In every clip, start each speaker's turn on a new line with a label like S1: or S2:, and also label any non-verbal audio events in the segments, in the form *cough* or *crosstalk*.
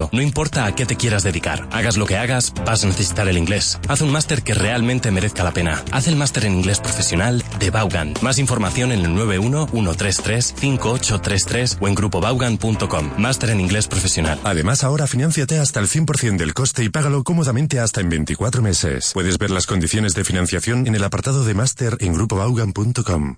S1: futuro. No importa a qué te quieras dedicar, hagas lo que hagas, vas a necesitar el inglés. Haz un máster que realmente merezca la pena. Haz el máster en inglés profesional de Vaughan. Más información en el 911335833 o en grupovaughan.com. Máster en inglés profesional.
S2: Además, ahora financiate hasta el 100% del coste y págalo cómodamente hasta en 24 meses. Puedes ver las condiciones de financiación en el apartado de máster en grupovaughan.com.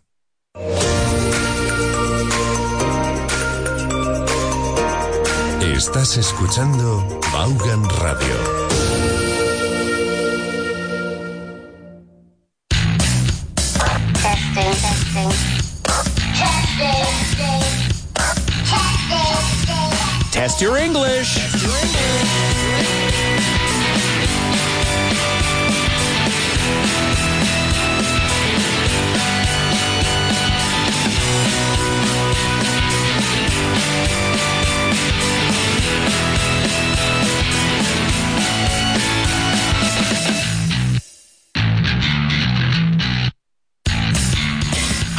S2: Estás escuchando Vaughan Radio.
S3: Testing, testing. Testing. Testing.
S4: Test your English.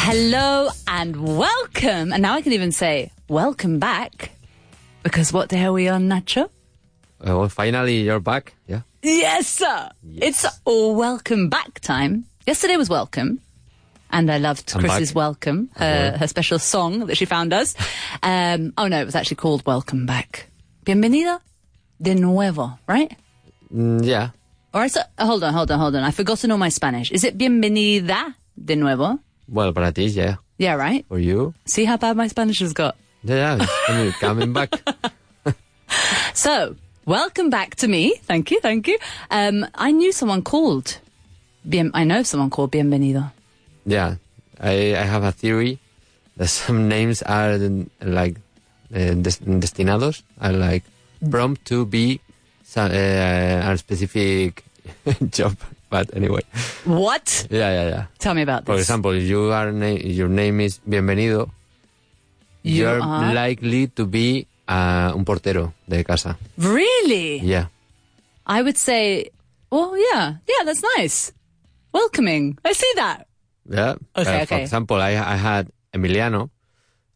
S5: Hello and welcome. And now I can even say welcome back because what the hell are we on, Nacho?
S6: Uh, well, finally, you're back. Yeah.
S5: Yes, sir. It's all welcome back time. Yesterday was welcome. And I loved
S6: I'm
S5: Chris's
S6: back. Uh-huh.
S5: welcome, her, her special song that she found
S6: *laughs*
S5: us. Um, oh no, it was actually called Welcome Back. Bienvenida de nuevo, right?
S6: Mm, yeah.
S5: All right, so oh, hold on, hold on, hold on. I've forgotten all my Spanish. Is it bienvenida de nuevo?
S6: Well, para ti, yeah.
S5: Yeah, right?
S6: For you,
S5: See how bad my Spanish has got.
S6: yeah, yeah. I mean, coming back.
S5: So, welcome back to me. Thank you, thank you. Um, I knew someone called. Bien, I know someone called Bienvenido.
S6: *laughs* Yeah. I, I have a theory that some names are mm, like uh, des- destinados, are like prompt to be some, uh, a specific *laughs* job. But anyway,
S5: What?
S6: yeah, yeah, yeah.
S5: Tell me about this.
S6: For example, you are na- your name is Bienvenido.
S5: You
S6: are
S5: are-
S6: likely to be uh, un portero de casa.
S5: really?
S6: Yeah.
S5: I would say, well, yeah, yeah, that's nice. Welcoming. I see that.
S6: Yeah.
S5: Okay,
S6: Uh, For
S5: okay.
S6: example, I, I had Emiliano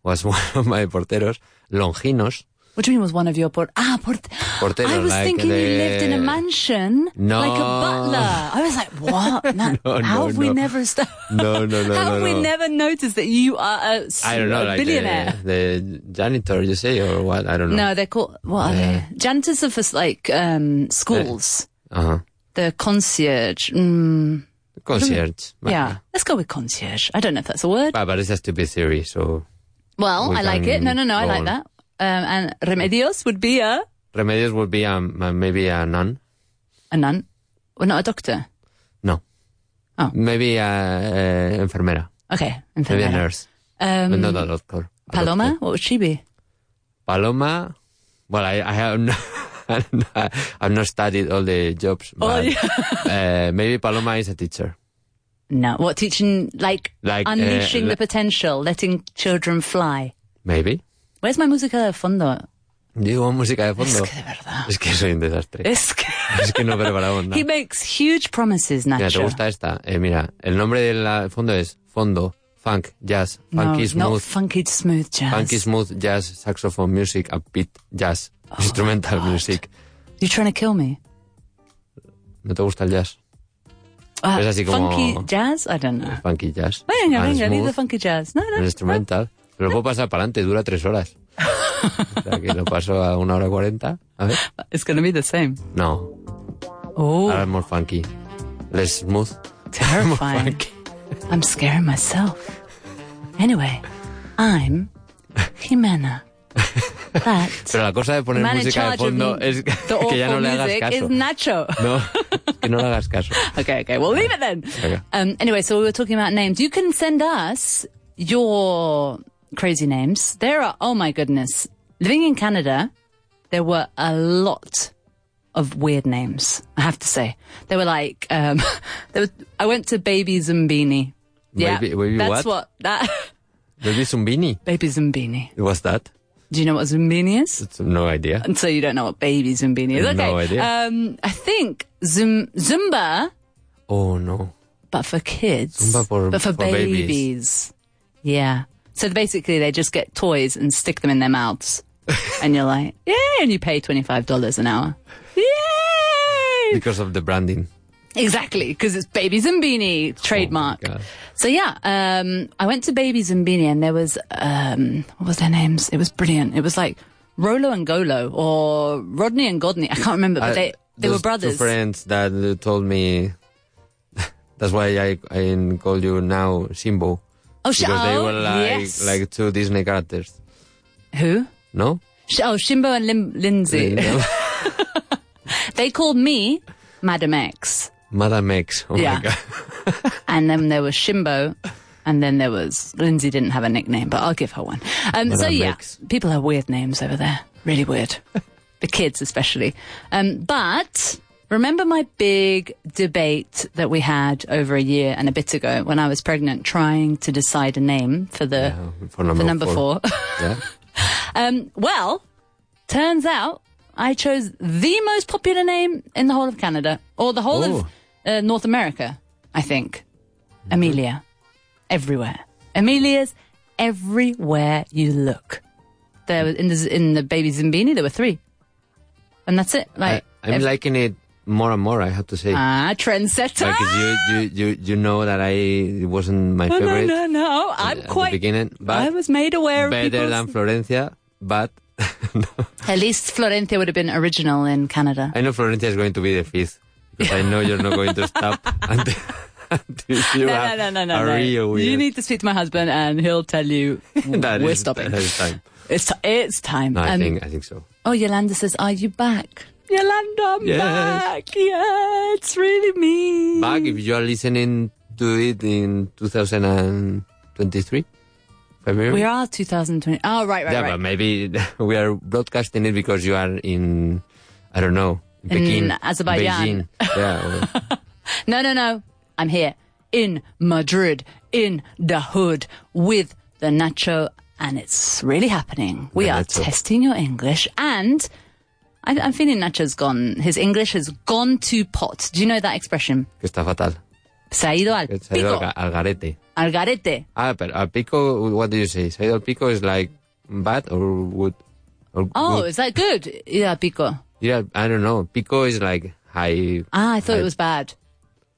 S6: was *laughs* one of my porteros. Longinos.
S5: What do you mean was one of your port? Ah, port.
S6: Portero,
S5: I was
S6: like
S5: thinking you
S6: the-
S5: lived in a mansion,
S6: No.
S5: like a butler. I
S6: *laughs*
S5: was like, what? Man,
S6: No,
S5: how
S6: no,
S5: have we
S6: no.
S5: never st-
S6: No, no, no,
S5: How
S6: no,
S5: have we
S6: no.
S5: never noticed that you are a, s-
S6: I don't know,
S5: a
S6: like
S5: billionaire?
S6: the, the janitor, you say, or what? I don't know.
S5: No, they're called what are they? Janitors are for like um, schools.
S6: Uh-huh.
S5: They're concierge. Mm,
S6: Concierge.
S5: *laughs*
S6: Ah,
S5: yeah, let's go with concierge. I don't know if that's a word.
S6: But, but it's a stupid theory, so.
S5: well,
S6: we
S5: I like it.
S6: can
S5: No, no, no, I
S6: go
S5: like
S6: on.
S5: that. Um, and remedios would be a
S6: Remedios would be um, uh, maybe a nun.
S5: a nun. Well, not a doctor.
S6: No.
S5: Oh.
S6: Maybe a uh, enfermera.
S5: Okay,
S6: Maybe a
S5: enfermera.
S6: nurse. but
S5: Um,
S6: not a doctor. A
S5: Paloma,
S6: doctor.
S5: what would she be?
S6: Paloma. Well, I, I have no, *laughs* I've not studied all the jobs.
S5: Oh,
S6: But, uh, maybe Paloma is a teacher.
S5: No, what teaching like,
S6: Like, uh,
S5: unleashing the
S6: le-
S5: potential, letting children fly.
S6: Maybe.
S5: Where's my música de fondo?
S6: Digo música de
S5: Es
S6: fondo.
S5: que de verdad.
S6: Es que soy un desastre.
S5: Es que
S6: Es que no preparamos
S5: *laughs*
S6: nada.
S5: he makes huge promises,
S6: Mira,
S5: Nacho.
S6: ¿te gusta esta? Eh, mira, el nombre del fondo es Fondo Funk Jazz Funky
S5: no,
S6: Smooth
S5: Not funky smooth jazz.
S6: Funky Smooth Jazz Saxophone Music Upbeat Jazz
S5: Oh,
S6: Instrumental Music.
S5: You're trying to kill me.
S6: ¿No te gusta el jazz?
S5: Ah,
S6: Es así como-
S5: Funky jazz? I don't know.
S6: Funky Jazz.
S5: Ah. Venga,
S6: and
S5: venga, leave the
S6: smooth
S5: funky jazz. No,
S6: and
S5: no.
S6: Instrumental. Pero puedo pasar para adelante, dura tres horas. O sea, que lo paso a una hora cuarenta. A ver.
S5: It's going to be the same.
S6: No,
S5: Uh. Oh,
S6: ahora es Uh, *laughs* more funky. Less smooth.
S5: terrifying. I'm scaring myself. Anyway, I'm
S6: *laughs*
S5: Jimena. That
S6: Pero la cosa de
S5: the
S6: poner
S5: man in
S6: música de
S5: charge of
S6: fondo es
S5: the
S6: *laughs* que,
S5: awful
S6: ya no le hagas
S5: music
S6: caso.
S5: is Nacho.
S6: No, que no le hagas caso.
S5: *laughs* Okay, okay, we'll leave it then.
S6: Okay.
S5: Um, anyway, so we were talking about names. You can send us your crazy names. There are, oh my goodness, living in Canada, there were a lot of weird names, I have to say. They were like, um, *laughs* there was, I went to Baby Zumbini. Yeah,
S6: Baby- baby
S5: that's what
S6: what?
S5: that *laughs*
S6: Baby Zumbini.
S5: Baby Zumbini.
S6: What's that?
S5: Do you know what Zumbini is?
S6: It's- No idea.
S5: And so you don't know what baby Zumbini is. Okay.
S6: No idea.
S5: Um, I think Zum, Zumba
S6: Oh no.
S5: but for kids.
S6: Zumba for-
S5: but for,
S6: for babies. *laughs*
S5: babies. Yeah. So basically, they just get toys and stick them in their mouths. and you're like, yeah, and you pay $25 an hour.
S6: *laughs*
S5: Yay!
S6: because of the branding.
S5: Exactly, because it's Baby Zambini trademark.
S6: Oh God.
S5: so yeah, um, I went to Baby Zambini and there was um, what was their names? It was brilliant. It was like Rolo and Golo or Rodney and Godney. I can't remember, but
S6: I-
S5: they they
S6: those
S5: were brothers.
S6: Two friends that uh, told me. *laughs* That's why I I call you now Simbo
S5: oh, sh-
S6: because they
S5: oh,
S6: were like
S5: yes.
S6: like two Disney characters.
S5: who?
S6: No,
S5: Sh- oh, Shimbo and Lim- Lindsay. *laughs* they called me Madam X,
S6: Madame X. Oh
S5: Yeah.
S6: my god.
S5: *laughs* and then there was Shimbo. And then there was Lindsay didn't have a nickname, but I'll give her one. Um, so
S6: Madam
S5: yeah,
S6: X.
S5: people have weird names over there, really
S6: *laughs*
S5: weird, the kids especially. Um, but remember my big debate that we had over a year and a bit ago when I was pregnant, trying to decide a name for the
S6: Yeah, For number,
S5: for number four. *laughs*
S6: Yeah.
S5: Um, well, turns out I chose the most popular name in the whole of Canada or the whole of
S6: Oh. Mm-hmm.
S5: uh, North America, I think. Amelia. Everywhere. Amelia's everywhere you look. There was in the, in the baby Zimbini, there were three. And that's it.
S6: I,
S5: Like,
S6: I'm
S5: ev-
S6: liking it more and more. I have to say.
S5: ah, trendsetter.
S6: Like
S5: *laughs*
S6: you, you, you, you know that I it wasn't my
S5: no, no,
S6: favorite
S5: no, no.
S6: at
S5: I'm
S6: the
S5: quite.
S6: beginning,
S5: I
S6: but
S5: was made aware of
S6: better
S5: people's-
S6: than Florencia. But *laughs*
S5: At least Florencia would have been original in Canada.
S6: I know Florencia is going to be the fifth because I know you're not going to
S5: *laughs*
S6: stop until, until you
S5: No,
S6: have
S5: no, no, no,
S6: a
S5: no.
S6: real weird.
S5: You need to speak to my husband, and he'll tell you
S6: *laughs* That
S5: we're
S6: is-
S5: stopping.
S6: that is time.
S5: It's ti it's time.
S6: No, I
S5: Um,
S6: think I think so.
S5: Oh, Yolanda says, "Are you back?" Yolanda, I'm
S6: Yes.
S5: back. Yeah, it's really me.
S6: Back if you are listening to it in 2023 February.
S5: We are 2020. Oh, right, right,
S6: yeah, but
S5: right.
S6: maybe *laughs* we are broadcasting it because you are in I don't know in Peking,
S5: Azerbaijan.
S6: Beijing. yeah. or-
S5: No, no, no. I'm here in Madrid, in the hood, with the nacho, and it's really happening. We
S6: The
S5: are
S6: nacho.
S5: testing your English, and I, I'm feeling Nacho's gone. His English has gone to pot. Do you know that expression?
S6: que está fatal.
S5: Se ha ido al
S6: Se ha ido
S5: pico,
S6: al, ga- al garete.
S5: al garete.
S6: Ah, pero al pico, what do you say? Se ha ido al pico is like bad or good. Or
S5: Oh,
S6: good.
S5: is that good? Yeah, pico.
S6: Yeah, I don't know. Pico is like high.
S5: Ah, I thought
S6: I-
S5: it was bad.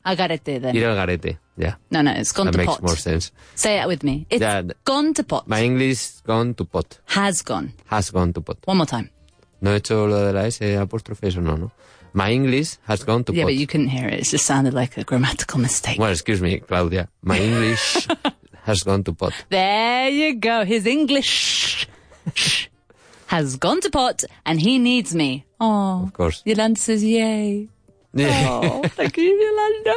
S5: Al garete then.
S6: Ir al garete. Yeah,
S5: no, no, it's gone
S6: that
S5: to
S6: makes
S5: pot.
S6: more sense.
S5: Say it with me. It's
S6: Yeah, th-
S5: gone to pot.
S6: My English gone to pot.
S5: Has gone.
S6: Has gone to pot.
S5: One more time.
S6: No he hecho lo de la S apóstrofe, eso no, ¿no? My English has gone to
S5: yeah,
S6: pot.
S5: but you couldn't hear it. It just sounded like a grammatical mistake.
S6: Well, excuse me, Claudia.
S5: *laughs*
S6: My English has gone to pot.
S5: There you go. His English has gone to pot and he needs me. Oh.
S6: Of course.
S5: Yolanda says, yay. Oh, thank you, Yolanda.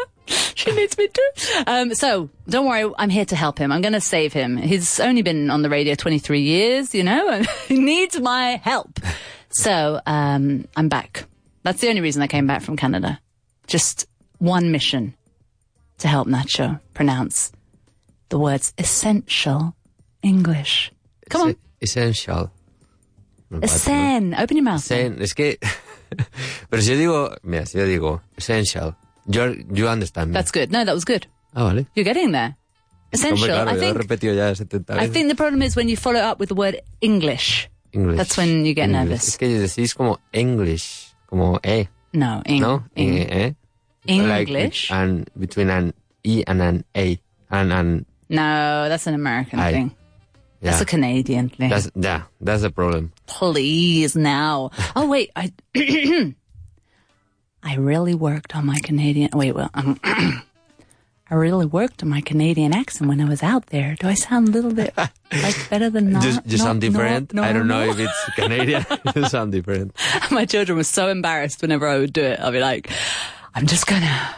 S5: She needs me too. Um, so don't worry, I'm here to help him. I'm going to save him. He's only been on the radio 23 years, you know, *laughs* and he needs my help. So um, I'm back. That's the only reason I came back from Canada. Just one mission to help Nacho pronounce the words essential English. Come
S6: *laughs*
S5: on,
S6: Essential. No, bad, ¿no?
S5: Essen. Open your mouth.
S6: Sen- es que. *laughs* Pero si yo digo. Mira, si yo digo. Essential. You're, you understand me.
S5: That's good. No, that was good.
S6: ah, vale.
S5: You're getting there. Essential.
S6: Hombre, claro,
S5: I
S6: ya
S5: think.
S6: lo he repetido ya 70
S5: I
S6: veces.
S5: think the problem is when you follow up with the word English.
S6: English.
S5: that's when you get
S6: English.
S5: nervous.
S6: Es que decís como English. Como E,
S5: No, Eng-
S6: ¿no?
S5: Eng-
S6: E, E. Like,
S5: English.
S6: with- and between an E and an A. And an.
S5: no, that's an American
S6: I-
S5: thing.
S6: Yeah.
S5: That's a Canadian thing.
S6: That's- yeah, that's the problem.
S5: Please
S6: *laughs*
S5: now. Oh wait, I *clears throat* I really worked on my Canadian. Wait, well, um, *clears throat* I really worked on my Canadian accent when I was out there. Do I sound a little
S6: *laughs*
S5: bit like better than not?
S6: You, you
S5: not-
S6: sound
S5: not
S6: different. I don't know
S5: normal?
S6: if it's *laughs* Canadian. you sound different.
S5: *laughs* my children were so embarrassed whenever I would do it. I'd be like, I'm just gonna,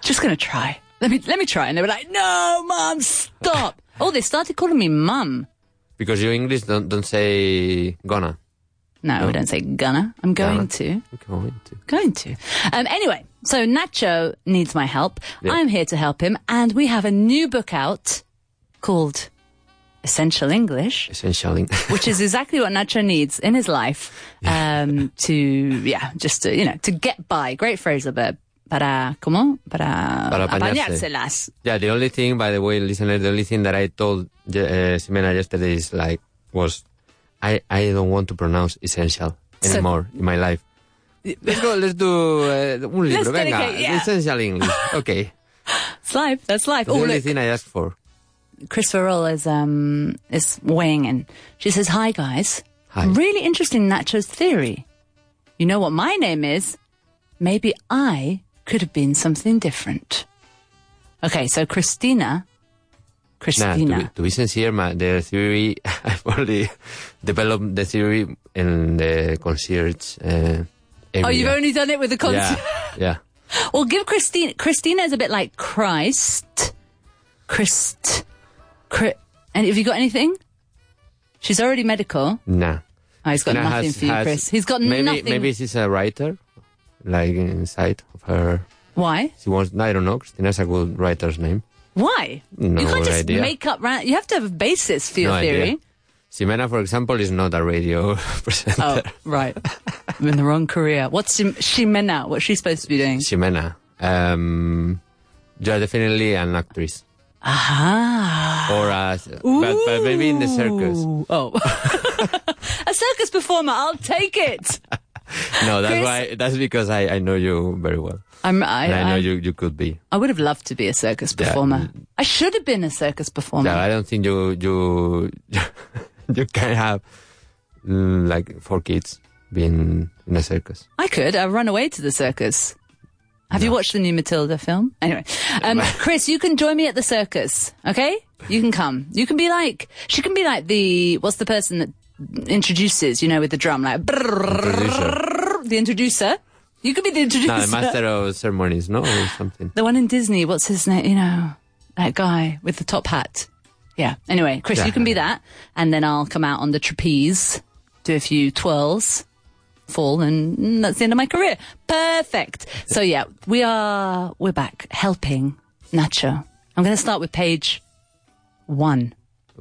S5: just gonna try. Let me, let me try. And they were like, no, mom, stop.
S6: *laughs*
S5: oh, they started calling me mum.
S6: Because you English don't don't say gonna.
S5: No, I don't say gonna. I'm going
S6: Gonna.
S5: to.
S6: Going to.
S5: Going to. Um, anyway, so Nacho needs my help.
S6: Yeah.
S5: I'm here to help him. And we have a new book out called Essential English.
S6: Essential. Eng-
S5: which is exactly what Nacho needs in his life um, to, yeah, just to, you know, to get by. Great phrase, but para, ¿cómo? Para,
S6: Para apañarse.
S5: apañárselas.
S6: Yeah, the only thing, by the way, listeners, the only thing that I told uh, Simena yesterday is like, was I, I don't want to pronounce essential
S5: So-
S6: anymore in
S5: *laughs*
S6: my life. Let's go, let's do uh, un
S5: Let's
S6: libro, venga.
S5: dedicate, yeah.
S6: Essential English. Okay.
S5: *laughs* It's life. That's life.
S6: the
S5: Oh,
S6: only
S5: look.
S6: thing I asked for.
S5: Chris Farrell is um is weighing in. She says, "Hi guys,
S6: Hi.
S5: really interesting Nacho's theory. You know what my name is? Maybe I could have been something different." Okay, so Christina,
S6: Nah, to, be,
S5: Christina,
S6: to be sincere, my, the theory, *laughs* I've only developed the theory in the concierge uh, area.
S5: oh, you've only done it with the
S6: Yeah,
S5: concert.
S6: yeah.
S5: Well, give Christina. Christina is a bit like Christ, Christ, Chri- And have you got anything? She's already medical.
S6: Nah.
S5: Oh, he's got
S6: Nah,
S5: nothing
S6: has-
S5: for you,
S6: has-
S5: Chris. He's got
S6: maybe,
S5: nothing.
S6: Maybe she's a writer, like inside of her.
S5: Why?
S6: She wants, I don't know, Christina's a good writer's name.
S5: Why?
S6: No
S5: you can't just
S6: idea.
S5: make up. Ran- you have to have a basis for your
S6: No idea.
S5: theory.
S6: *laughs* Ximena, for example, is not a radio *laughs* presenter.
S5: Oh, right. I'm in the wrong career. What's Shim- Shimena? What's she supposed to be doing?
S6: Ximena, um, you are definitely an actress.
S5: Aha.
S6: Or a, but, but maybe in the circus.
S5: Ooh. Oh. *laughs* a circus performer. I'll take it.
S6: No, that's
S5: Chris-
S6: why. That's because I, I know you very well.
S5: I'm, I,
S6: and I know
S5: I,
S6: you, you could be.
S5: I would have loved to be a circus
S6: Yeah.
S5: performer. I should have been a circus performer.
S6: No, I don't think you you *laughs* you can have mm, like four kids being in a circus.
S5: I could. I run away to the circus. Have you watched the new Matilda film? Anyway,
S6: *laughs*
S5: um, Chris, you can join me at the circus. Okay, you can come. You can be like she can be like the what's the person that introduces? You know, with the drum, like
S6: Producer.
S5: the introducer. You could be the introducer. *laughs*
S6: No, the master of ceremonies, no, or something.
S5: The one in Disney. What's his name? You know, that guy with the top hat. Yeah. Anyway, Chris,
S6: Yeah.
S5: you can be that, and then I'll come out on the trapeze, do a few twirls, fall, and mm, that's the end of my career. Perfect. So yeah, we are we're back helping Nacho. I'm going to start with page one,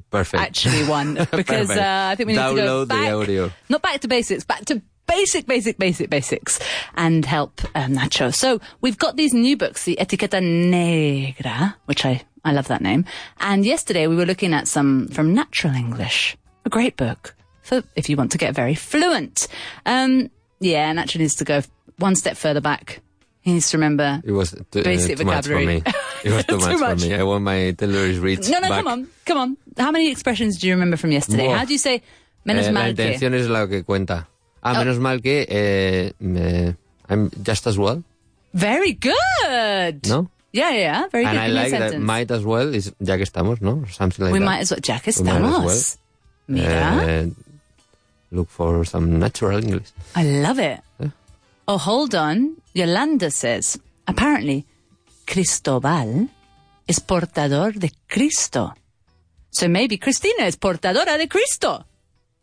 S6: Perfect.
S5: actually
S6: *laughs*
S5: one, because
S6: Perfect.
S5: uh, I think we need to go
S6: Download the
S5: back,
S6: audio.
S5: not back to basics, back to basic, basic, basic basics, and help um, Nacho. So we've got these new books, the Etiqueta Negra, which I I love that name. And yesterday we were looking at some from Natural English, a great book for if you want to get very fluent. Um, yeah, Nacho needs to go f- one step further back. He needs to remember.
S6: It was too, uh,
S5: Basic
S6: too much for
S5: vocabulary.
S6: me.
S5: *laughs*
S6: It was too,
S5: Too
S6: much,
S5: much.
S6: for me. I want my Taylor's reach
S5: No, no,
S6: back.
S5: come on, come on. How many expressions do you remember from yesterday?
S6: More.
S5: How do you say menos
S6: Eh, la
S5: mal que?
S6: intención es lo que cuenta. Ah,
S5: Oh.
S6: menos mal que eh, me- I'm just as well,
S5: Very good.
S6: ¿no?
S5: Yeah, yeah, yeah, very
S6: And
S5: good.
S6: I
S5: Give me a
S6: like that
S5: sentence.
S6: might as well is ya que estamos, ¿no? Something like
S5: we
S6: that.
S5: might as well. Jack
S6: We might as well. Uh,
S5: estamos. Mira,
S6: and Eh, look for some natural English.
S5: I love it.
S6: Yeah.
S5: Oh, hold on. Yolanda says apparently Cristobal is portador de Cristo. So maybe Cristina is portadora de Cristo.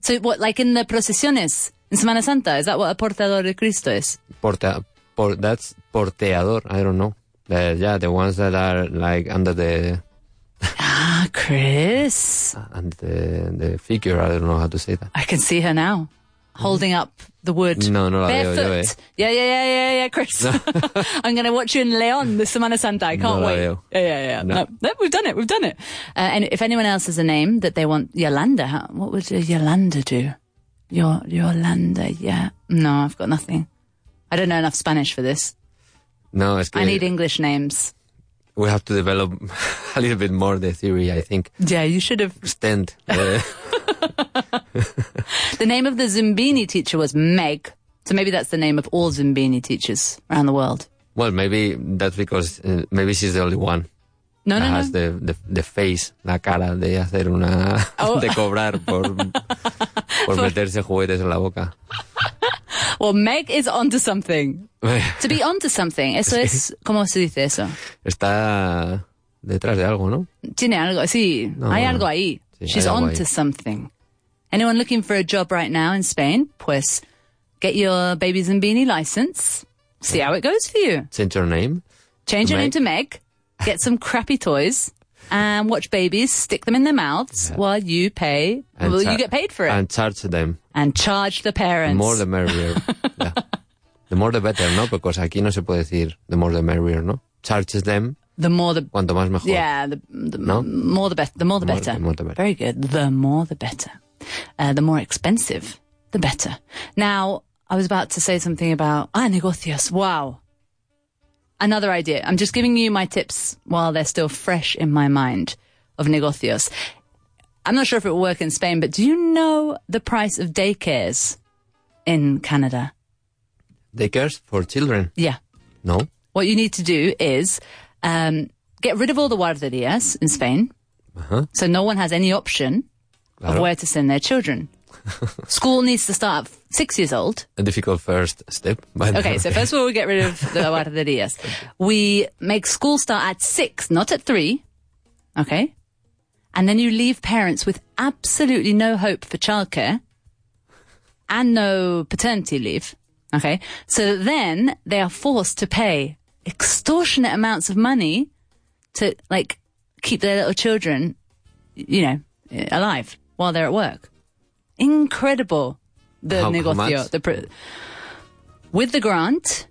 S5: So what, like in the procesiones in Semana Santa, is that what a portador de Cristo is?
S6: Porta, por, that's porteador. I don't know. The, yeah, the ones that are like under the ah,
S5: Ah, Chris.
S6: under the, the figure. I don't know how to say that.
S5: I can see her now, holding up the wood.
S6: No, no la veo yo,
S5: barefoot.
S6: eh.
S5: Yeah, yeah, yeah, yeah, yeah, Chris. *laughs* I'm going to watch you in Leon this Semana Santa. I can't
S6: No la
S5: wait.
S6: veo.
S5: Yeah, yeah, yeah. No.
S6: No.
S5: no, we've done it. We've done it. Uh, and if anyone else has a name that they want, Yolanda, huh? what would a Yolanda do? Your Yolanda, yeah. No, I've got nothing. I don't know enough Spanish for this.
S6: No, es que
S5: I need English names.
S6: we have to develop *laughs* a little bit more the theory. I think
S5: Yeah, you should have.
S6: extend.
S5: *laughs*
S6: the-
S5: The name of the Zumbini teacher was Meg. So maybe that's the name of all Zumbini teachers around the world.
S6: well, maybe that's because uh, maybe she's the only one
S5: No,
S6: that
S5: no, no.
S6: has the, the the face, la cara de hacer una
S5: Oh.
S6: *laughs* de cobrar
S5: *laughs*
S6: por por meterse juguetes en la boca. *laughs*
S5: Well, Meg is onto something. To be onto something, eso es, ¿cómo se dice eso?
S6: está detrás de algo, ¿no?
S5: Tiene algo, sí,
S6: No,
S5: hay
S6: no.
S5: algo ahí.
S6: Sí,
S5: She's
S6: hay algo
S5: onto
S6: ahí.
S5: something. Anyone looking for a job right now in Spain? Pues, get your babies and beanie license. See how it goes for you.
S6: Change your name.
S5: Change your name
S6: Meg.
S5: to Meg. Get some crappy toys. And watch babies stick them in their mouths while you pay.
S6: and
S5: well,
S6: char-
S5: you get paid for it and,
S6: And charge them.
S5: charge the parents.
S6: more
S5: *laughs*
S6: the merrier. Yeah. The more the better, ¿no? Porque aquí no se puede decir the more the merrier, ¿no? Charge them,
S5: the more the
S6: cuanto más mejor.
S5: Yeah, the, the
S6: No?
S5: more the better. The more the
S6: More-
S5: better.
S6: the more the better.
S5: Very good. The more the better. uh, the more expensive, the better. Now, I was about to say something about, ah, negocios. Wow. Another idea. I'm just giving you my tips while they're still fresh in my mind of negocios. I'm not sure if it will work in Spain, but do you know the price of daycares in Canada?
S6: Daycares for children.
S5: Yeah.
S6: No.
S5: What you need to do is um, get rid of all the guarderías in Spain. So no one has any option of
S6: Claro.
S5: where to send their children. School needs to start at six years old.
S6: A difficult first step. *laughs* But
S5: Okay, so first of all, we get rid of the guarderías. We make school start at six, not at three. Okay. And then you leave parents with absolutely no hope for childcare and no paternity leave. Okay. So then they are forced to pay extortionate amounts of money to like keep their little children, you know, alive while they're at work. Incredible. The
S6: How- how
S5: negocio,
S6: much?
S5: the pr- with the grant,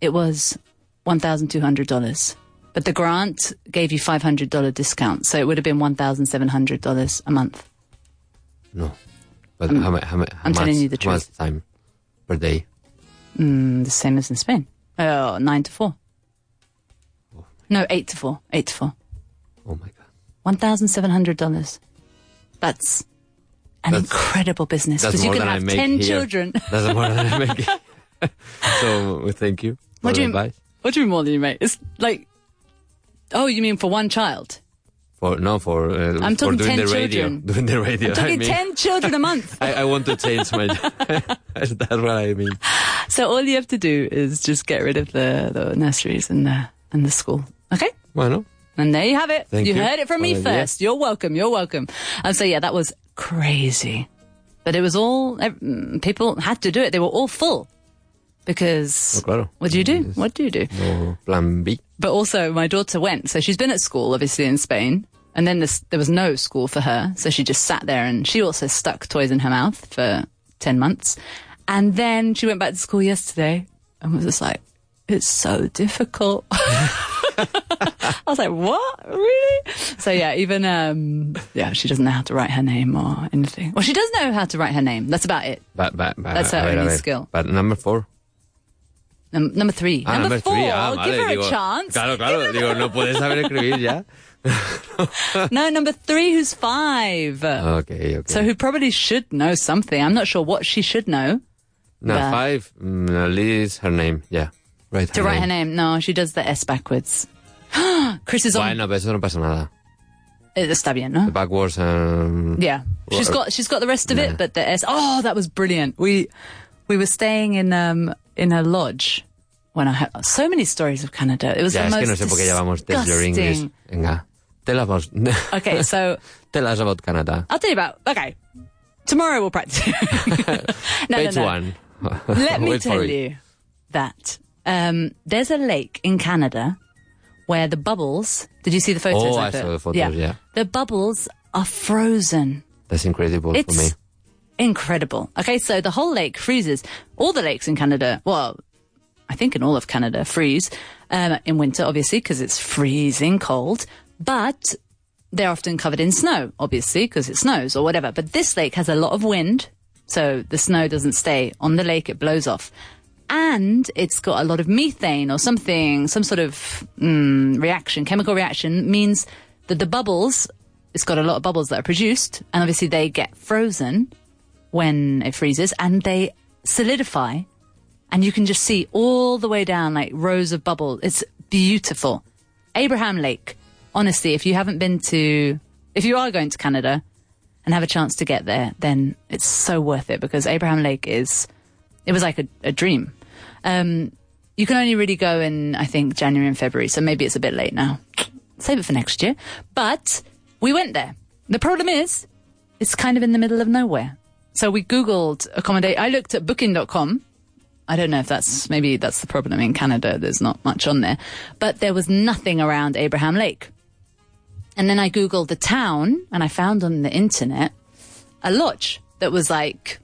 S5: it was one thousand two hundred dollars. But the grant gave you five hundred dollar discount, so it would have been one thousand seven hundred dollars a month.
S6: no. But how, mu- how, mu- how
S5: I'm
S6: much,
S5: telling you the
S6: how much time per day?
S5: Mm, the same as in Spain. Oh, nine to four. No, eight to four. Eight to four.
S6: Oh my god.
S5: One thousand seven hundred dollars. That's an
S6: That's-
S5: incredible business
S6: That's
S5: because you
S6: more
S5: can
S6: than
S5: have
S6: I make
S5: ten
S6: here.
S5: children.
S6: That's more than I make. *laughs* so we thank you. For
S5: *laughs* What do
S6: the
S5: you-
S6: advice.
S5: what do you mean more than you make? It's like, oh, you mean for one child?
S6: For no for uh,
S5: I'm
S6: for
S5: talking 10
S6: doing the
S5: children.
S6: radio. Doing the radio.
S5: Took
S6: *laughs* I
S5: you
S6: mean,
S5: ten children a
S6: *laughs*
S5: month.
S6: I, I want to change my. *laughs* That's what I mean.
S5: So all you have to do is just get rid of the, the nurseries and the and the school. Okay?
S6: Bueno,
S5: And there you have it.
S6: Thank you.
S5: heard it from me
S6: Well, yeah.
S5: first. You're welcome. You're welcome. And so yeah, that was crazy. But it was all ev- mm, people had to do it. They were all full. Because
S6: Oh, claro.
S5: what do you do?
S6: Yes.
S5: What do you do?
S6: no plan B.
S5: But also my daughter went. So she's been at school obviously in Spain. And then this, there was no school for her. So she just sat there and she also stuck toys in her mouth for 10 months. And then she went back to school yesterday and was just like, it's so difficult. *laughs* I was like, what? Really? So yeah, even, um, yeah, she doesn't know how to write her name or anything. Well, she does know how to write her name. That's about it.
S6: But, but, but,
S5: That's
S6: a
S5: our
S6: ver, a
S5: only
S6: ver.
S5: skill.
S6: But number four.
S5: Num- number three.
S6: Ah, number,
S5: four.
S6: three. Ah,
S5: give
S6: vale,
S5: her
S6: digo,
S5: a chance.
S6: Claro, claro. Digo, no puedes saber escribir ya.
S5: No, number three, who's five.
S6: Ah. Okay,
S5: *laughs*
S6: okay.
S5: So who probably should know something. I'm not sure what she should know.
S6: no,
S5: Yeah.
S6: five. Mm, at least her name. Yeah. Right.
S5: To write her name. No, she does the S backwards. *gasps* Chris is on
S6: Bueno, pero eso no pasa nada.
S5: Eh, está bien, no?
S6: Backwards. Um,
S5: Yeah. She's got she's got the rest of it, but the S Oh, that was brilliant. We we were staying in um in a lodge when I had so many stories of Canada. It was
S6: ya,
S5: the
S6: es
S5: most
S6: que no sé por qué llamamos Tell Your English.
S5: disgusting.
S6: Venga. Tell *laughs* us,
S5: Okay, *laughs* so
S6: tell us about Canada.
S5: I'll tell you about okay. Tomorrow we'll *laughs* practice. no,
S6: Page
S5: no, no.
S6: one. *laughs*
S5: Let me
S6: Wait for
S5: tell
S6: it.
S5: you that um, there's a lake in Canada where the bubbles. Did you see the photos?
S6: Oh, I
S5: put?
S6: saw the photos, yeah.
S5: the bubbles are frozen.
S6: That's incredible for me.
S5: It's incredible. Okay, so the whole lake freezes. All the lakes in Canada, well, I think in all of Canada, freeze um, in winter, obviously, because it's freezing cold. But they're often covered in snow, obviously, because it snows or whatever. But this lake has a lot of wind, so the snow doesn't stay on the lake, it blows off. And it's got a lot of methane or something, some sort of mm, reaction, chemical reaction, means that the bubbles, it's got a lot of bubbles that are produced, and obviously they get frozen when it freezes and they solidify and you can just see all the way down like rows of bubbles. It's beautiful. Abraham Lake. Honestly, if you haven't been to, if you are going to Canada and have a chance to get there, then it's so worth it because Abraham Lake is, it was like a, a dream. Um, you can only really go in, I think, January and February, so maybe it's a bit late now. Save it for next year. But we went there. The problem is, it's kind of in the middle of nowhere. So we Googled accommodate. I looked at booking.com I don't know if that's maybe that's the problem in Canada. There's not much on there, but there was nothing around Abraham Lake. And then I googled the town and I found on the internet a lodge that was like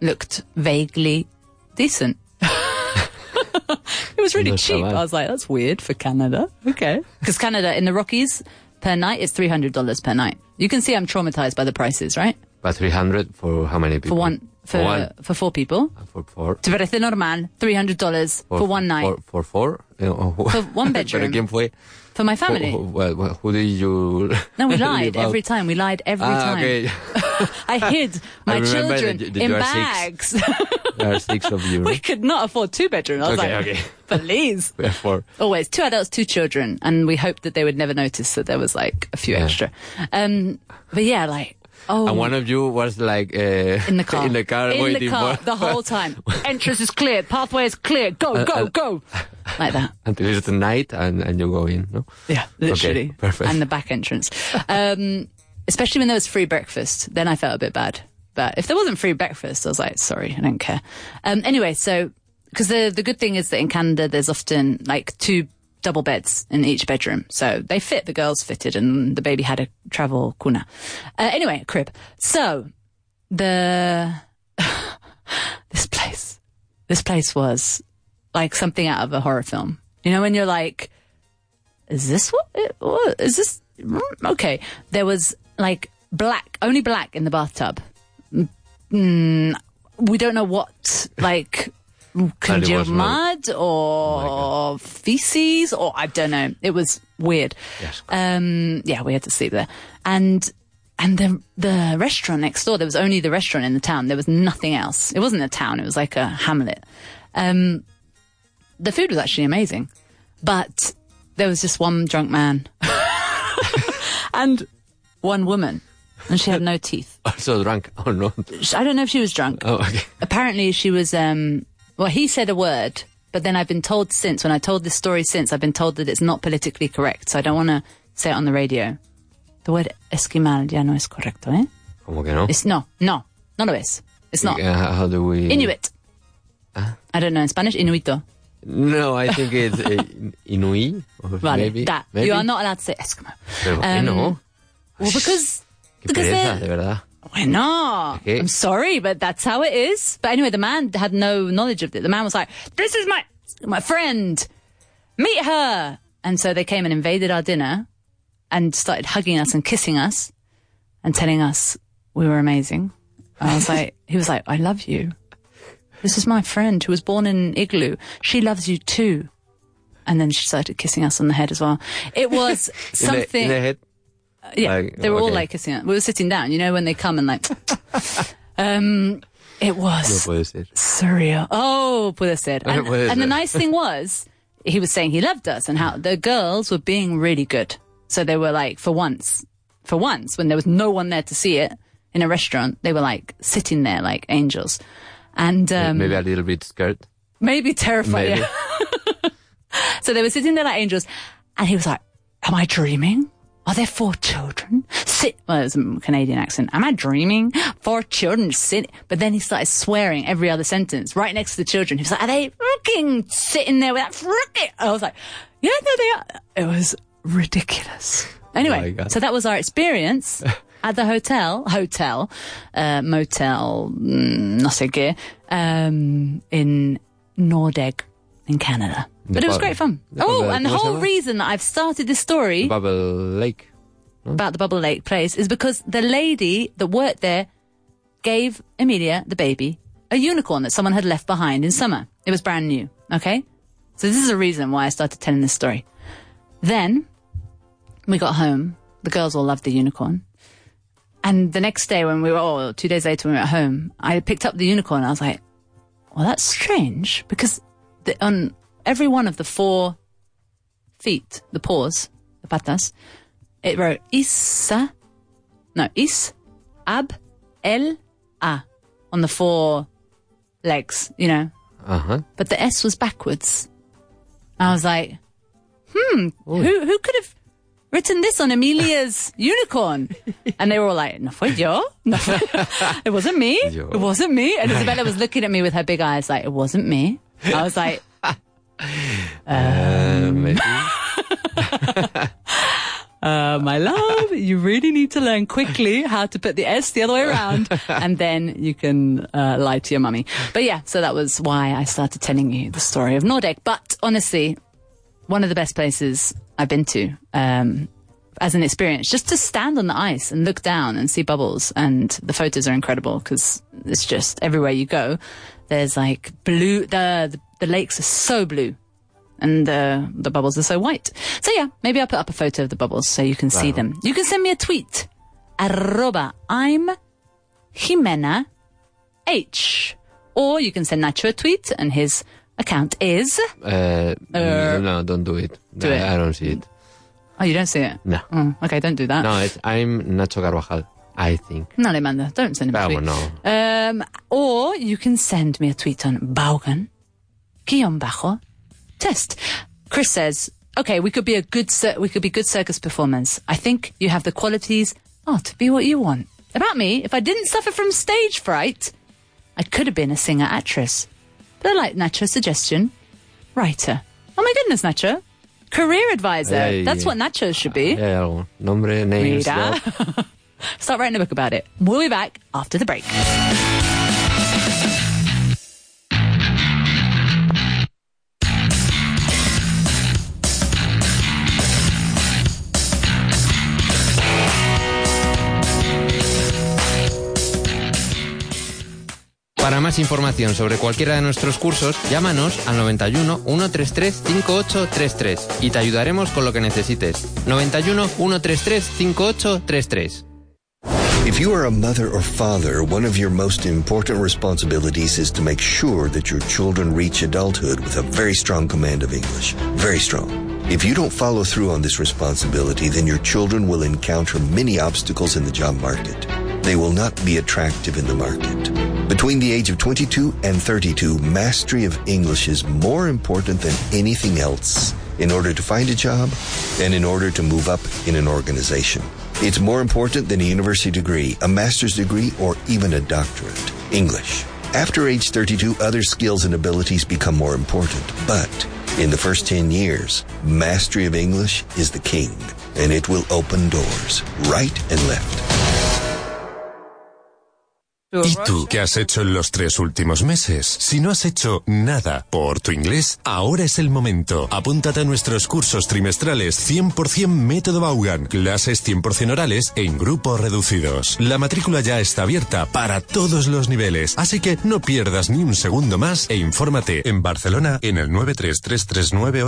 S5: looked vaguely decent. *laughs* it was really
S6: Not so
S5: cheap.
S6: bad.
S5: I was like, that's weird for Canada. Okay, because Canada in the Rockies per night is three hundred dollars per night. You can see I'm traumatized by the prices, right?
S6: But 300 for how many people?
S5: for one for
S6: For one.
S5: for four people.
S6: Uh, For four.
S5: Te parece normal? Three hundred dollars for, one night
S6: For, for four? *laughs* Eh, oh,
S5: For one bedroom.
S6: *laughs* ¿Pero quién fue?
S5: for my family.
S6: Who, well, well, who did you... *laughs*
S5: no, we
S6: leave
S5: lied
S6: out?
S5: every time. We lied every
S6: ah,
S5: *laughs* time.
S6: okay.
S5: I
S6: *laughs*
S5: hid my
S6: remember that
S5: children
S6: you- that
S5: in
S6: you are six.
S5: bags. *laughs*
S6: there are six of you. *laughs*
S5: we could not afford two bedrooms. I was
S6: Okay,
S5: like,
S6: okay.
S5: *laughs* please.
S6: We are four.
S5: Always two adults, two children, and we hoped that they would never notice that there was like a few
S6: Yeah.
S5: extra. Um, but yeah, like oh,
S6: And one of you was like... Uh,
S5: in the car,
S6: *laughs* In the car
S5: in the
S6: waiting
S5: car
S6: for... *laughs* Uh,
S5: the whole time. Entrance is clear, pathway is clear. Go, go,
S6: *laughs*
S5: go, like that.
S6: Until it's the night and, and you go in, no?
S5: Yeah, literally.
S6: perfect.
S5: And the back entrance. Um, especially when there was free breakfast, then I felt a bit bad. But if there wasn't free breakfast, I was like, sorry, I don't care. Um, anyway, so, because the, the good thing is that in Canada, there's often like two double beds in each bedroom. So they fit, the girls fitted, and the baby had a travel kuna. Uh, anyway, crib. So, the, *laughs* this place, this place was like something out of a horror film. You know, when you're like, is this what it was? Is this mm, okay? There was like black, only black in the bathtub. Mm, we don't know what, like congealed
S6: was oh mud.
S5: mud or feces, or I don't know. It was weird.
S6: Yes.
S5: Um, yeah, we had to sleep there, and and the the restaurant next door. There was only the restaurant in the town. There was nothing else. It wasn't a town. It was like a hamlet. Um, the food was actually amazing, but there was just one drunk
S6: *laughs*
S5: man and one woman, and she had no teeth.
S6: *laughs* Also drunk. Oh, no. *laughs*
S5: I don't know if she was drunk.
S6: Oh, okay.
S5: Apparently, she was. Um, well, he said a word, but then I've been told since. When I told this story since, I've been told that it's not politically correct, so I don't want to say it on the radio. The word esquimal ya no es correcto, eh?
S6: ¿Cómo que no?
S5: It's no, no, no lo es. It's not
S6: Uh, how do we...
S5: Inuit.
S6: Ah.
S5: I don't know in Spanish, Inuito.
S6: No, I think it's
S5: *laughs*
S6: uh, Inuit. Or
S5: Vale,
S6: maybe,
S5: that
S6: maybe.
S5: you are not allowed to say Eskimo.
S6: Pero, ¿por qué
S5: um,
S6: no?
S5: Well, because
S6: Qué
S5: because they're-
S6: pereza, de verdad.
S5: Why not?
S6: Okay.
S5: I'm sorry, but that's how it is. But anyway, the man had no knowledge of it. The man was like, "This is my my friend. Meet her." And so they came and invaded our dinner, and started hugging us and kissing us, and telling us we were amazing. And I was like, *laughs* he was like, "I love you. This is my friend who was born in an igloo. She loves you too." And then she started kissing us on the head as well. It was
S6: *laughs* In the-
S5: something.
S6: in the head.
S5: Yeah,
S6: Like,
S5: they were all
S6: okay.
S5: like kissing. It. We were sitting down, you know, when they come and like, *laughs* um, it
S6: No
S5: was
S6: puede ser.
S5: surreal. Oh, puede
S6: *laughs*
S5: ser. And,
S6: Puede
S5: and the
S6: ser.
S5: nice thing was, he was saying he loved us and how the girls were being really good. So they were like, for once, for once, when there was no one there to see it in a restaurant, they were like sitting there like angels, and um,
S6: maybe a little bit scared.
S5: maybe terrified. *laughs*
S6: Maybe.
S5: yeah. So they were sitting there like angels, and he was like, "Am I dreaming? Are there four children? Sit." Well, it was a Canadian accent. Am I dreaming? Four children sit. But then he started swearing every other sentence right next to the children. He was like, "Are they fucking sitting there with that fucking?" I was like, "Yeah, no, they are." It was ridiculous.
S6: my
S5: Anyway,
S6: God.
S5: so that was our
S6: *laughs*
S5: experience. At the hotel, hotel, uh, motel, mm, no sé qué, um, in Nordeg in Canada. But it was
S6: pub.
S5: great fun.
S6: The
S5: oh,
S6: pub,
S5: and the
S6: ¿cómo se
S5: whole
S6: llama?
S5: reason that I've started this story
S6: Bubble Lake.
S5: about the Bubble Lake place is because the lady that worked there gave Amelia, the baby, a unicorn that someone had left behind in summer. It was brand new. Okay? So this is the reason why I started telling this story. Then we got home. The girls all loved the unicorn. And the next day when we were all two days later when we were at home, I picked up the unicorn. I was like, well, that's strange because the, on every one of the four feet, the paws, the patas, it wrote Isa, no, Is, Ab, El, A on the four legs, you know,
S6: Uh huh.
S5: but the S was backwards. I was like, hmm, who, who could have written this on Amelia's unicorn? And they were all like, no fue yo. *laughs* No fue- it wasn't me.
S6: Yo.
S5: It wasn't me. And Isabella was looking at me with her big eyes like, it wasn't me. I was like,
S6: Uh,
S5: *laughs*
S6: maybe.
S5: uh, my love, you really need to learn quickly how to put the S the other way around, and then you can uh, lie to your mummy. But yeah, so that was why I started telling you the story of Nordic. But honestly, one of the best places I've been to. Um, as an experience, just to stand on the ice and look down and see bubbles. And the photos are incredible because it's just everywhere you go, there's like blue. The the, the lakes are so blue, and the the bubbles are so white. So yeah, maybe I'll put up a photo of the bubbles so you can see
S6: Wow.
S5: them. You can send me a tweet. Arroba I'm Jimena H. Or you can send Nacho a tweet, and his account is.
S6: Uh,
S5: Uh,
S6: no, don't do it.
S5: do
S6: I,
S5: it.
S6: I don't see it.
S5: Oh, you don't see it?
S6: No.
S5: Oh, okay, don't do that.
S6: No, it's, I'm Nacho Carvajal, I think.
S5: No, le manda. Don't send him a
S6: Vamos,
S5: tweet.
S6: no.
S5: Um, or you can send me a tweet on Baugan, guion bajo, test. Chris says, okay, we could be a good, cir- we could be good circus performers. I think you have the qualities, oh, to be what you want. About me, if I didn't suffer from stage fright, I could have been a singer actress. But I like Nacho's suggestion, writer. Oh my goodness, Nacho. Career advisor.
S6: Hey.
S5: That's what Nacho should be.
S6: Hay algo. Nombre, names,
S5: Mira.
S6: job.
S5: Start writing a book about it. We'll be back after the break.
S6: Para más información sobre cualquiera de nuestros cursos, llámanos al 91 133 5833 y te ayudaremos con lo que necesites. 91 133 5833.
S3: If you are a mother or father, one of your most important responsibilities is to make sure that your children reach adulthood with a very strong command of English. Very strong. If you don't follow through on this responsibility, then your children will encounter many obstacles in the job market. They will not be attractive in the market. Between the age of 22 and 32, mastery of English is more important than anything else in order to find a job and in order to move up in an organization. It's more important than a university degree, a master's degree, or even a doctorate. English. After age 32, other skills and abilities become more important. But in the first 10 years, mastery of English is the king, and it will open doors right and left.
S2: ¿Y tú qué has hecho en los tres últimos meses? Si no has hecho nada por tu inglés, ahora es el momento. Apúntate a nuestros cursos trimestrales 100% Método Baugan, clases 100% orales en grupos reducidos. La matrícula ya está abierta para todos los niveles, así que no pierdas ni un segundo más e infórmate en Barcelona en el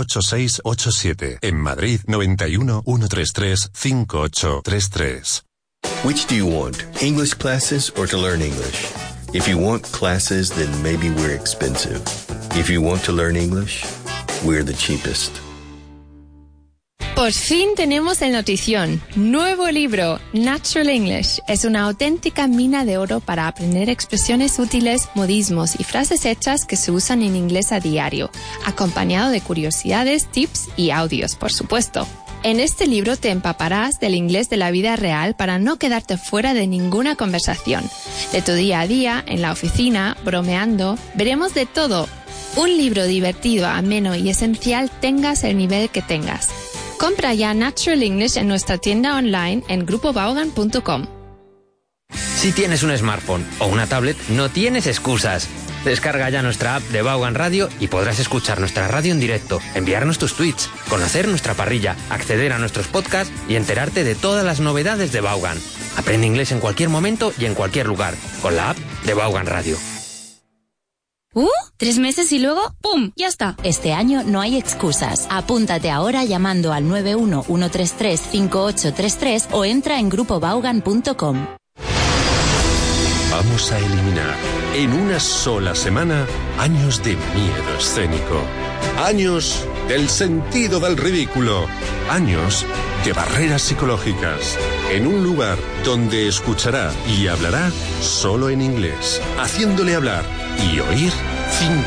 S2: 933398687, en Madrid 91 133 5833.
S3: Which do you want? English classes or to learn English? If you want classes, then maybe we're expensive. If you want to learn English, we're the cheapest.
S4: Por fin tenemos el notición. Nuevo libro, Natural English. Es una auténtica mina de oro para aprender expresiones útiles, modismos y frases hechas que se usan en inglés a diario, acompañado de curiosidades, tips y audios, por supuesto. En este libro te empaparás del inglés de la vida real para no quedarte fuera de ninguna conversación. De tu día a día, en la oficina, bromeando, veremos de todo. Un libro divertido, ameno y esencial tengas el nivel que tengas. Compra ya Natural English en nuestra tienda online en grupobaugan.com.
S6: Si tienes un smartphone o una tablet, no tienes excusas. Descarga ya nuestra app de Vaughan Radio y podrás escuchar nuestra radio en directo, enviarnos tus tweets, conocer nuestra parrilla, acceder a nuestros podcasts y enterarte de todas las novedades de Vaughan. Aprende inglés en cualquier momento y en cualquier lugar con la app de Vaughan Radio.
S7: ¿Uh? ¿Tres meses y luego? ¡Pum! Ya está.
S8: Este año no hay excusas. Apúntate ahora llamando al 911335833 o entra en grupobaugan.com.
S2: Vamos a eliminar en una sola semana años de miedo escénico, años del sentido del ridículo, años de barreras psicológicas, en un lugar donde escuchará y hablará solo en inglés, haciéndole hablar y oír